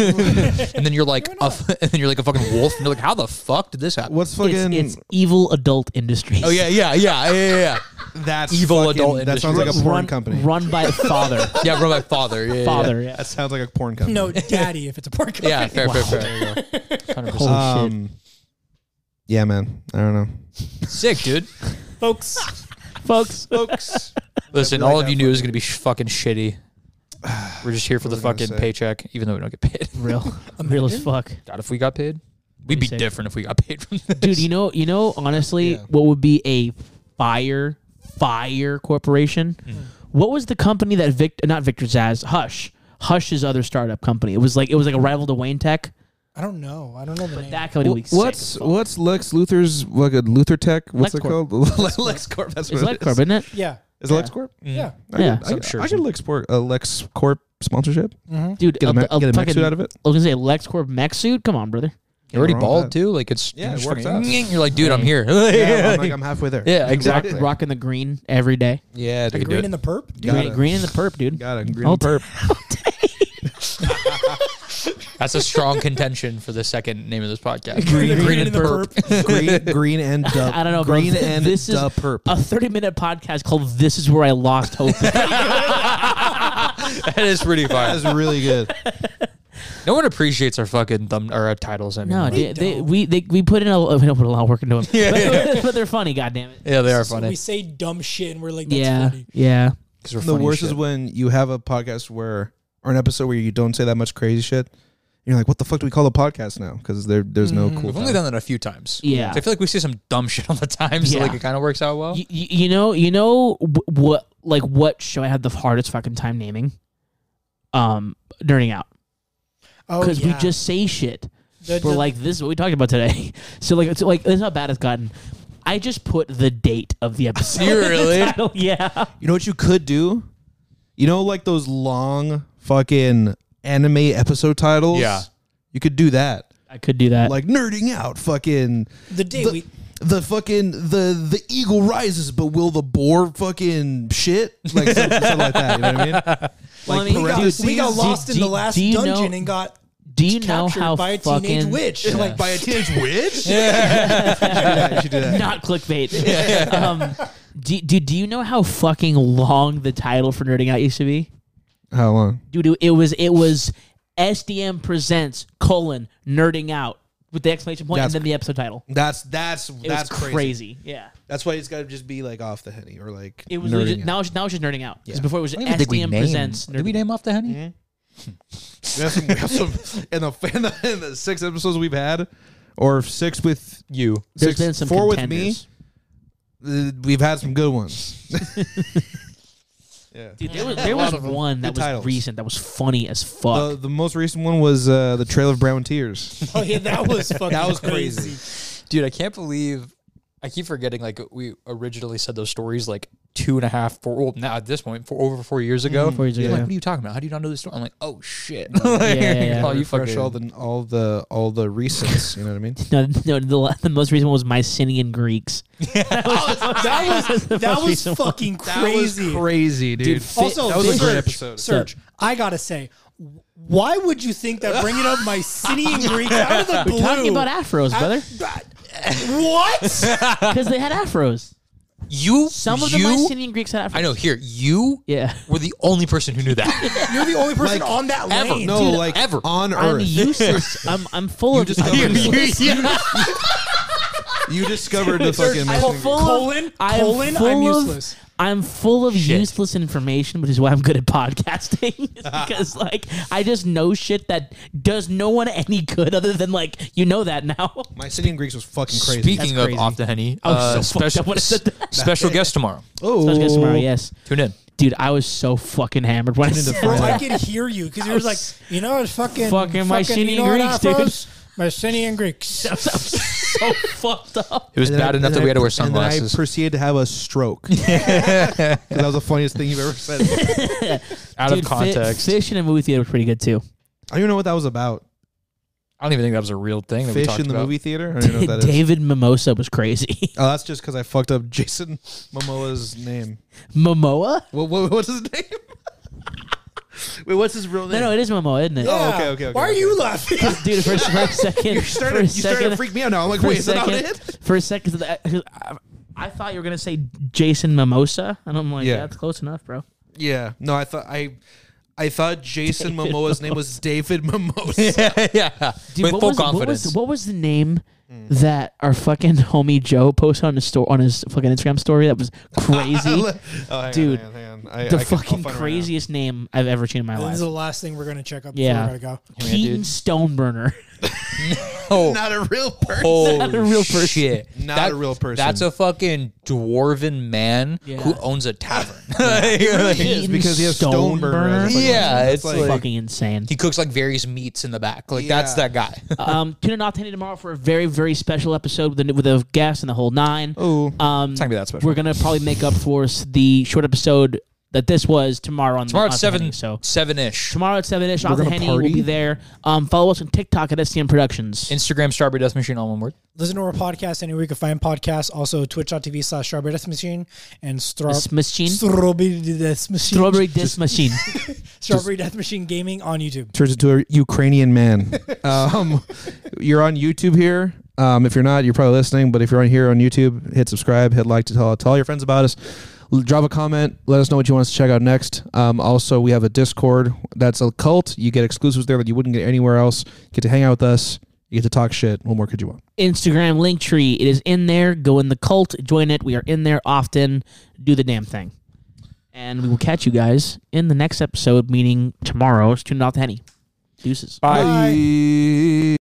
[SPEAKER 2] and then you're like, a f- <laughs> and then you're like a fucking wolf, and you're like, how the fuck did this happen?
[SPEAKER 4] What's fucking?
[SPEAKER 1] It's, it's evil adult industries.
[SPEAKER 2] Oh yeah, yeah, yeah, yeah, yeah, yeah.
[SPEAKER 4] that's
[SPEAKER 2] evil
[SPEAKER 4] fucking-
[SPEAKER 2] adult
[SPEAKER 4] That sounds like a
[SPEAKER 2] industries.
[SPEAKER 4] porn
[SPEAKER 1] run,
[SPEAKER 4] company.
[SPEAKER 1] run by father.
[SPEAKER 2] <laughs> yeah, from my father. Yeah, yeah, yeah.
[SPEAKER 1] father. Yeah.
[SPEAKER 4] That sounds like a porn company.
[SPEAKER 3] No, daddy, if it's a pork.
[SPEAKER 2] Yeah, fair, fair, fair.
[SPEAKER 1] <laughs> Holy shit.
[SPEAKER 4] Um, yeah, man. I don't know.
[SPEAKER 2] Sick, dude.
[SPEAKER 3] <laughs> folks.
[SPEAKER 1] Folks.
[SPEAKER 4] Folks.
[SPEAKER 2] Listen,
[SPEAKER 4] I feel
[SPEAKER 2] all
[SPEAKER 4] like
[SPEAKER 2] of you
[SPEAKER 4] that
[SPEAKER 2] knew it was gonna be sh- fucking shitty.
[SPEAKER 4] <sighs>
[SPEAKER 2] We're just here for the
[SPEAKER 4] What was I gonna
[SPEAKER 2] fucking
[SPEAKER 4] say?
[SPEAKER 2] paycheck, even though we don't
[SPEAKER 4] <laughs>
[SPEAKER 2] get paid.
[SPEAKER 1] <laughs> Real. <laughs> Real as fuck.
[SPEAKER 2] God, if we got paid, we'd be
[SPEAKER 1] sick.
[SPEAKER 2] different if we got paid from this.
[SPEAKER 1] Dude, you know you know honestly
[SPEAKER 4] Yeah.
[SPEAKER 1] what would be a fire fire corporation?
[SPEAKER 2] Hmm.
[SPEAKER 1] What was the company that Victor not Victor Zaz, Hush. Hush's other startup company. It was like it was like a rival to Wayne Tech.
[SPEAKER 3] I don't know. I don't know the name.
[SPEAKER 1] That company would be sick.
[SPEAKER 4] what's what's Lex Luthor's what good Luther Tech? What's it
[SPEAKER 1] LexCorp.
[SPEAKER 4] called? <laughs> LexCorp. That's
[SPEAKER 1] It's
[SPEAKER 4] what it
[SPEAKER 1] LexCorp, isn't it?
[SPEAKER 3] yeah.
[SPEAKER 4] Is it LexCorp?
[SPEAKER 3] Yeah.
[SPEAKER 4] I
[SPEAKER 1] Yeah.
[SPEAKER 4] could- I,
[SPEAKER 2] So
[SPEAKER 4] could-
[SPEAKER 2] sure
[SPEAKER 4] I
[SPEAKER 2] it's
[SPEAKER 4] could LexCorp uh, LexCorp sponsorship.
[SPEAKER 1] Dude,
[SPEAKER 4] Get a,
[SPEAKER 1] a,
[SPEAKER 4] me-
[SPEAKER 1] a
[SPEAKER 4] get a mech
[SPEAKER 1] fucking-
[SPEAKER 4] suit out of it.
[SPEAKER 1] I was gonna say LexCorp mech suit. Come on, brother.
[SPEAKER 2] You're already
[SPEAKER 4] Nothing wrong with that.
[SPEAKER 2] bald too. Like it's
[SPEAKER 4] Yeah,
[SPEAKER 2] you're
[SPEAKER 4] it
[SPEAKER 2] just
[SPEAKER 4] works
[SPEAKER 2] fucking-
[SPEAKER 4] out.
[SPEAKER 2] <laughs> You're like, dude, I'm here.
[SPEAKER 4] Yeah, I'm like I'm halfway there.
[SPEAKER 2] Yeah, exactly.
[SPEAKER 1] Rock, rocking the green every day.
[SPEAKER 2] Yeah, dude.
[SPEAKER 3] Green in the perp. Dude.
[SPEAKER 4] Got
[SPEAKER 1] Green,
[SPEAKER 4] it.
[SPEAKER 1] green in the perp, dude.
[SPEAKER 4] Got it. Green
[SPEAKER 1] All
[SPEAKER 4] and perp.
[SPEAKER 2] That's a strong contention for the second name of this podcast.
[SPEAKER 3] Green, <laughs> green in the perp.
[SPEAKER 4] <laughs> green, green and dup.
[SPEAKER 1] I don't know, bro.
[SPEAKER 4] Green and
[SPEAKER 1] This is-
[SPEAKER 4] dup perp.
[SPEAKER 1] A 30 minute podcast called This Is Where I Lost Hope.
[SPEAKER 2] That is pretty fire.
[SPEAKER 4] That's really <laughs> good.
[SPEAKER 2] No one appreciates our fucking thumb or our titles. I
[SPEAKER 1] <laughs>
[SPEAKER 2] mean,
[SPEAKER 1] no,
[SPEAKER 2] Like,
[SPEAKER 1] dude, they, we they, we put in a we don't put a lot of work
[SPEAKER 4] <laughs>
[SPEAKER 1] into them. but, but they're funny, goddammit. it.
[SPEAKER 2] yeah, they are
[SPEAKER 3] So we
[SPEAKER 2] funny
[SPEAKER 3] say dumb shit and we're like, that's
[SPEAKER 1] Yeah,
[SPEAKER 3] funny.
[SPEAKER 1] yeah.
[SPEAKER 2] because we're
[SPEAKER 4] The
[SPEAKER 2] funny
[SPEAKER 4] worst
[SPEAKER 2] shit.
[SPEAKER 4] is when you have a podcast where or an episode where you don't say that much crazy shit. You're like, what the fuck do we call the podcast now? Because there, there's no cool.
[SPEAKER 2] We've only done that a few times.
[SPEAKER 1] Yeah.
[SPEAKER 2] So I feel like we see some dumb shit all the time. So
[SPEAKER 1] Yeah.
[SPEAKER 2] like it kind of works out well.
[SPEAKER 1] You, you know, you know wh- what? Like what show I had the hardest fucking time naming? Um, nerding out
[SPEAKER 3] Oh,
[SPEAKER 1] because
[SPEAKER 3] yeah.
[SPEAKER 1] we just say shit.
[SPEAKER 3] The-
[SPEAKER 1] We're
[SPEAKER 3] the-
[SPEAKER 1] like, this is what we talked about today. <laughs> So like, it's like that's how bad it's gotten. I just put the date of the episode. <laughs> Oh,
[SPEAKER 2] You really?
[SPEAKER 1] yeah.
[SPEAKER 4] You know what you could do? You know, like those long fucking anime episode titles.
[SPEAKER 2] Yeah.
[SPEAKER 4] You could do that.
[SPEAKER 1] I could do that.
[SPEAKER 4] Like nerding out fucking
[SPEAKER 3] The day
[SPEAKER 4] the,
[SPEAKER 3] we
[SPEAKER 4] the fucking the the eagle rises, but will the boar fucking shit? Like some- something like that. You know what I mean?
[SPEAKER 1] Well, I
[SPEAKER 4] Like
[SPEAKER 1] mean,
[SPEAKER 3] we got,
[SPEAKER 4] Parentheses.
[SPEAKER 3] we got lost
[SPEAKER 1] Do-
[SPEAKER 3] in the
[SPEAKER 1] do-
[SPEAKER 3] last
[SPEAKER 1] do you
[SPEAKER 3] dungeon
[SPEAKER 1] know-
[SPEAKER 3] and got
[SPEAKER 1] do you know
[SPEAKER 3] captured
[SPEAKER 1] how
[SPEAKER 3] by a
[SPEAKER 1] fucking
[SPEAKER 3] teenage witch. <laughs> Like,
[SPEAKER 4] By a teenage witch? <laughs> you should do that.
[SPEAKER 1] not clickbait? <laughs> um, do, do do you know how fucking long the title for nerding out used to be?
[SPEAKER 4] How long?
[SPEAKER 1] Dude, it- it was it was SDM presents colon nerding out with the exclamation point
[SPEAKER 4] That's
[SPEAKER 1] and then the episode title.
[SPEAKER 4] That's that's
[SPEAKER 1] It
[SPEAKER 4] that's
[SPEAKER 1] was
[SPEAKER 4] crazy.
[SPEAKER 1] crazy. Yeah.
[SPEAKER 4] That's why it's got to just be like off the henny or like
[SPEAKER 1] It was
[SPEAKER 4] nerding
[SPEAKER 1] legit,
[SPEAKER 4] out.
[SPEAKER 1] now it's now it's just nerding out. Because
[SPEAKER 4] Yeah.
[SPEAKER 1] before it was
[SPEAKER 2] I don't even think we
[SPEAKER 1] SDM
[SPEAKER 2] named-
[SPEAKER 1] presents
[SPEAKER 2] Did we
[SPEAKER 1] nerding.
[SPEAKER 2] name off the henny?
[SPEAKER 4] We have some, we
[SPEAKER 1] <laughs>
[SPEAKER 4] have some in, the, in the in the six episodes we've had, or six with
[SPEAKER 2] You.
[SPEAKER 1] There's
[SPEAKER 4] six,
[SPEAKER 1] been some
[SPEAKER 4] four
[SPEAKER 1] contenders.
[SPEAKER 4] with me. uh, We've had some
[SPEAKER 1] <laughs>
[SPEAKER 4] good ones. yeah.
[SPEAKER 1] Dude, there was, there was one that
[SPEAKER 4] Good
[SPEAKER 1] was
[SPEAKER 4] titles.
[SPEAKER 1] recent that was funny as
[SPEAKER 4] The,
[SPEAKER 1] fuck.
[SPEAKER 4] the most recent one was uh, the Trail of Brown Tears.
[SPEAKER 3] oh yeah, that was fucking
[SPEAKER 4] That was
[SPEAKER 3] crazy.
[SPEAKER 2] Dude, I can't believe I keep forgetting like we originally said those stories like two and a half, four well, now at this point, for over four years ago.
[SPEAKER 1] Mm. Four years
[SPEAKER 2] You're
[SPEAKER 1] ago,
[SPEAKER 2] like,
[SPEAKER 1] yeah.
[SPEAKER 2] what are you talking about? How do you not know this story? I'm like, oh shit.
[SPEAKER 1] <laughs> yeah, yeah.
[SPEAKER 2] Oh, you
[SPEAKER 4] Fresh
[SPEAKER 2] fucking
[SPEAKER 4] all the all the all the recents. You know
[SPEAKER 1] <laughs>
[SPEAKER 4] what I mean?
[SPEAKER 1] no, no, the, la- the most recent one was Mycenaean Greeks.
[SPEAKER 3] That was
[SPEAKER 1] the
[SPEAKER 3] that
[SPEAKER 1] most
[SPEAKER 3] was
[SPEAKER 1] recent one.
[SPEAKER 3] fucking crazy.
[SPEAKER 4] crazy, dude.
[SPEAKER 1] fi-
[SPEAKER 3] Also,
[SPEAKER 4] that was a
[SPEAKER 3] Serge-
[SPEAKER 4] great episode.
[SPEAKER 3] Serge, I gotta say, w- why would you think that bringing up my Mycenaean Greek out of the blue?
[SPEAKER 1] Talking about afros, brother, <laughs>
[SPEAKER 3] what?
[SPEAKER 1] because they had afros.
[SPEAKER 2] You
[SPEAKER 1] Some of the
[SPEAKER 2] you-
[SPEAKER 1] Mycenaean Greeks had afros.
[SPEAKER 2] I know here, you
[SPEAKER 1] Yeah.
[SPEAKER 2] were the only person who
[SPEAKER 1] <laughs>
[SPEAKER 2] knew that.
[SPEAKER 3] You're the only person
[SPEAKER 4] Like,
[SPEAKER 3] on that
[SPEAKER 2] ever.
[SPEAKER 4] <laughs>
[SPEAKER 3] lane.
[SPEAKER 4] No,
[SPEAKER 1] Dude,
[SPEAKER 4] like
[SPEAKER 2] ever.
[SPEAKER 4] on
[SPEAKER 1] I'm
[SPEAKER 4] Earth,
[SPEAKER 1] useless. I'm I'm full of.
[SPEAKER 4] discovered
[SPEAKER 1] I'm
[SPEAKER 4] it.
[SPEAKER 1] useless.
[SPEAKER 4] you discovered the
[SPEAKER 3] Serge,
[SPEAKER 4] fucking.
[SPEAKER 3] I
[SPEAKER 1] I'm
[SPEAKER 4] Mexican
[SPEAKER 1] full
[SPEAKER 3] Colon,
[SPEAKER 1] of, I'm
[SPEAKER 3] colon,
[SPEAKER 1] full
[SPEAKER 3] I'm
[SPEAKER 1] of-
[SPEAKER 3] useless.
[SPEAKER 1] I'm full of useless information, which is why I'm good at podcasting. <laughs> It's because like I just know shit that does no one <laughs> any good other than like you know that now.
[SPEAKER 4] My city in Greeks was fucking crazy.
[SPEAKER 2] Speaking
[SPEAKER 1] That's
[SPEAKER 2] of
[SPEAKER 1] crazy.
[SPEAKER 2] off the henny,
[SPEAKER 1] I was
[SPEAKER 2] uh,
[SPEAKER 1] so fucked
[SPEAKER 2] special
[SPEAKER 1] up when I said that. <laughs>
[SPEAKER 2] <laughs> special guest tomorrow.
[SPEAKER 4] oh,
[SPEAKER 1] So I was gonna tomorrow, yes,
[SPEAKER 2] Tune in.
[SPEAKER 1] dude. I was so fucking hammered when I
[SPEAKER 4] <laughs> into
[SPEAKER 1] said
[SPEAKER 3] Bro,
[SPEAKER 1] that.
[SPEAKER 3] I could hear you because you were like, you know, it's fucking
[SPEAKER 1] Fucking Mycenaean
[SPEAKER 3] you know what
[SPEAKER 1] Greeks, dude.
[SPEAKER 3] afros? Mycenaean Greeks.
[SPEAKER 1] I'm <laughs> so <laughs> fucking fucked up.
[SPEAKER 2] It was
[SPEAKER 4] And then
[SPEAKER 2] bad
[SPEAKER 4] I-
[SPEAKER 2] enough
[SPEAKER 4] and
[SPEAKER 2] that
[SPEAKER 4] then
[SPEAKER 2] we had to
[SPEAKER 4] I-
[SPEAKER 2] wear
[SPEAKER 4] And then
[SPEAKER 2] sunglasses.
[SPEAKER 4] I proceeded to have a stroke.
[SPEAKER 2] <laughs>
[SPEAKER 4] 'Cause that was the funniest thing you've ever said. I
[SPEAKER 2] out
[SPEAKER 1] Dude,
[SPEAKER 2] of
[SPEAKER 1] fi-
[SPEAKER 2] context.
[SPEAKER 1] fish in a movie theater was pretty good too.
[SPEAKER 4] don't even know what that was about.
[SPEAKER 2] I don't even think that was a real thing. That we
[SPEAKER 4] Fish
[SPEAKER 2] talked
[SPEAKER 4] in the
[SPEAKER 2] about.
[SPEAKER 4] movie theater. I don't even know
[SPEAKER 1] <laughs>
[SPEAKER 4] what that is.
[SPEAKER 1] David Mimosa was
[SPEAKER 4] <laughs>
[SPEAKER 1] crazy. <laughs>
[SPEAKER 4] Oh, that's just because I fucked up Jason Momoa's name.
[SPEAKER 1] Momoa?
[SPEAKER 4] What, what, what's his name? <laughs> Wait, what's his real
[SPEAKER 1] No,
[SPEAKER 4] name?
[SPEAKER 1] no, it is Momoa, isn't it?
[SPEAKER 4] Oh, okay, okay, okay,
[SPEAKER 3] Why are
[SPEAKER 4] okay.
[SPEAKER 3] you laughing?
[SPEAKER 1] Dude,
[SPEAKER 4] <laughs>
[SPEAKER 1] for, for a second,
[SPEAKER 4] You
[SPEAKER 1] for
[SPEAKER 4] started,
[SPEAKER 1] a second,
[SPEAKER 4] you started to freak me out now. I'm like,
[SPEAKER 1] for a
[SPEAKER 4] wait, is that not
[SPEAKER 1] second-
[SPEAKER 4] it?
[SPEAKER 1] For a second, I, I- I thought you were gonna say Jason Mimosa, and I'm like,
[SPEAKER 4] Yeah.
[SPEAKER 1] yeah. that's close enough, bro.
[SPEAKER 4] Yeah. No, I thought I. I thought
[SPEAKER 2] <laughs>
[SPEAKER 4] Jason Momoa's name was David Mimosa.
[SPEAKER 2] <laughs> yeah,
[SPEAKER 1] Dude,
[SPEAKER 2] with
[SPEAKER 1] what
[SPEAKER 2] full
[SPEAKER 1] was,
[SPEAKER 2] confidence.
[SPEAKER 1] What was, what was the name
[SPEAKER 4] Mm.
[SPEAKER 1] that our fucking <laughs> homie Joe posted on his store on his fucking Instagram story? That
[SPEAKER 4] <laughs>
[SPEAKER 1] was crazy.
[SPEAKER 4] Oh, hang on,
[SPEAKER 1] Dude,
[SPEAKER 4] hang on, hang on. I- I
[SPEAKER 1] the
[SPEAKER 4] can- I'll
[SPEAKER 1] fucking
[SPEAKER 4] find it right now.
[SPEAKER 1] craziest name I've ever seen in my
[SPEAKER 3] this is
[SPEAKER 1] life.
[SPEAKER 3] the last thing we're gonna check up
[SPEAKER 1] Yeah.
[SPEAKER 3] before we gotta go.
[SPEAKER 2] Yeah,
[SPEAKER 1] Keaton
[SPEAKER 2] dude.
[SPEAKER 1] Stoneburner.
[SPEAKER 2] oh,
[SPEAKER 1] <laughs>
[SPEAKER 4] Not a real person.
[SPEAKER 2] holy
[SPEAKER 1] a real person.
[SPEAKER 2] shit.
[SPEAKER 4] Not a real person.
[SPEAKER 2] That's a fucking dwarven man
[SPEAKER 1] Yeah.
[SPEAKER 2] who owns
[SPEAKER 1] <laughs>
[SPEAKER 2] a tavern. <laughs> Like,
[SPEAKER 1] He-
[SPEAKER 4] It's because he has stone
[SPEAKER 1] Stone
[SPEAKER 4] burner.
[SPEAKER 1] burner.
[SPEAKER 2] Yeah, it's
[SPEAKER 4] like,
[SPEAKER 2] like-
[SPEAKER 1] fucking insane.
[SPEAKER 2] <laughs> he cooks like various meats in the back. Like that's
[SPEAKER 4] Yeah.
[SPEAKER 2] that guy.
[SPEAKER 1] um, tune in off to Handy tomorrow for a very very special episode with a, with a guest and the whole nine.
[SPEAKER 4] oh,
[SPEAKER 1] Um,
[SPEAKER 2] It's not gonna be that special.
[SPEAKER 1] We're gonna probably make up for s- the short episode that this was tomorrow on
[SPEAKER 2] Tomorrow
[SPEAKER 1] on
[SPEAKER 2] at
[SPEAKER 1] the
[SPEAKER 2] seven,
[SPEAKER 1] Henny, so
[SPEAKER 2] seven ish.
[SPEAKER 1] tomorrow at seven ish, Arthur
[SPEAKER 4] gonna
[SPEAKER 1] Henny
[SPEAKER 4] party?
[SPEAKER 1] will be there. Um, follow us on TikTok at STM Productions.
[SPEAKER 2] Instagram Strawberry Death Machine, all one word.
[SPEAKER 3] Listen to our podcast anywhere you can find podcasts. Also, twitch.tv slash strawberry death machine and straw-
[SPEAKER 1] This machine,
[SPEAKER 3] strawberry death machine.
[SPEAKER 1] strawberry disc machine.
[SPEAKER 3] Strawberry Death Machine Gaming on YouTube.
[SPEAKER 4] turns into a Ukrainian man. <laughs> um, you're on YouTube here. Um, if you're not, you're probably listening. But if you're on here on YouTube, hit subscribe, hit like to tell tell all your friends about us. L- Drop a comment. Let us know what you want us to check out next. Um, also, we have a Discord that's a cult. You get exclusives there that you wouldn't get anywhere else. Get to hang out with us. You get to talk shit. What more could you want?
[SPEAKER 1] Instagram link tree. It is in there. Go in the cult. Join it. We are in there often. Do the damn thing. And we will catch you guys in the next episode, meaning tomorrow. Tune in off to Henny. Deuces.
[SPEAKER 3] Bye.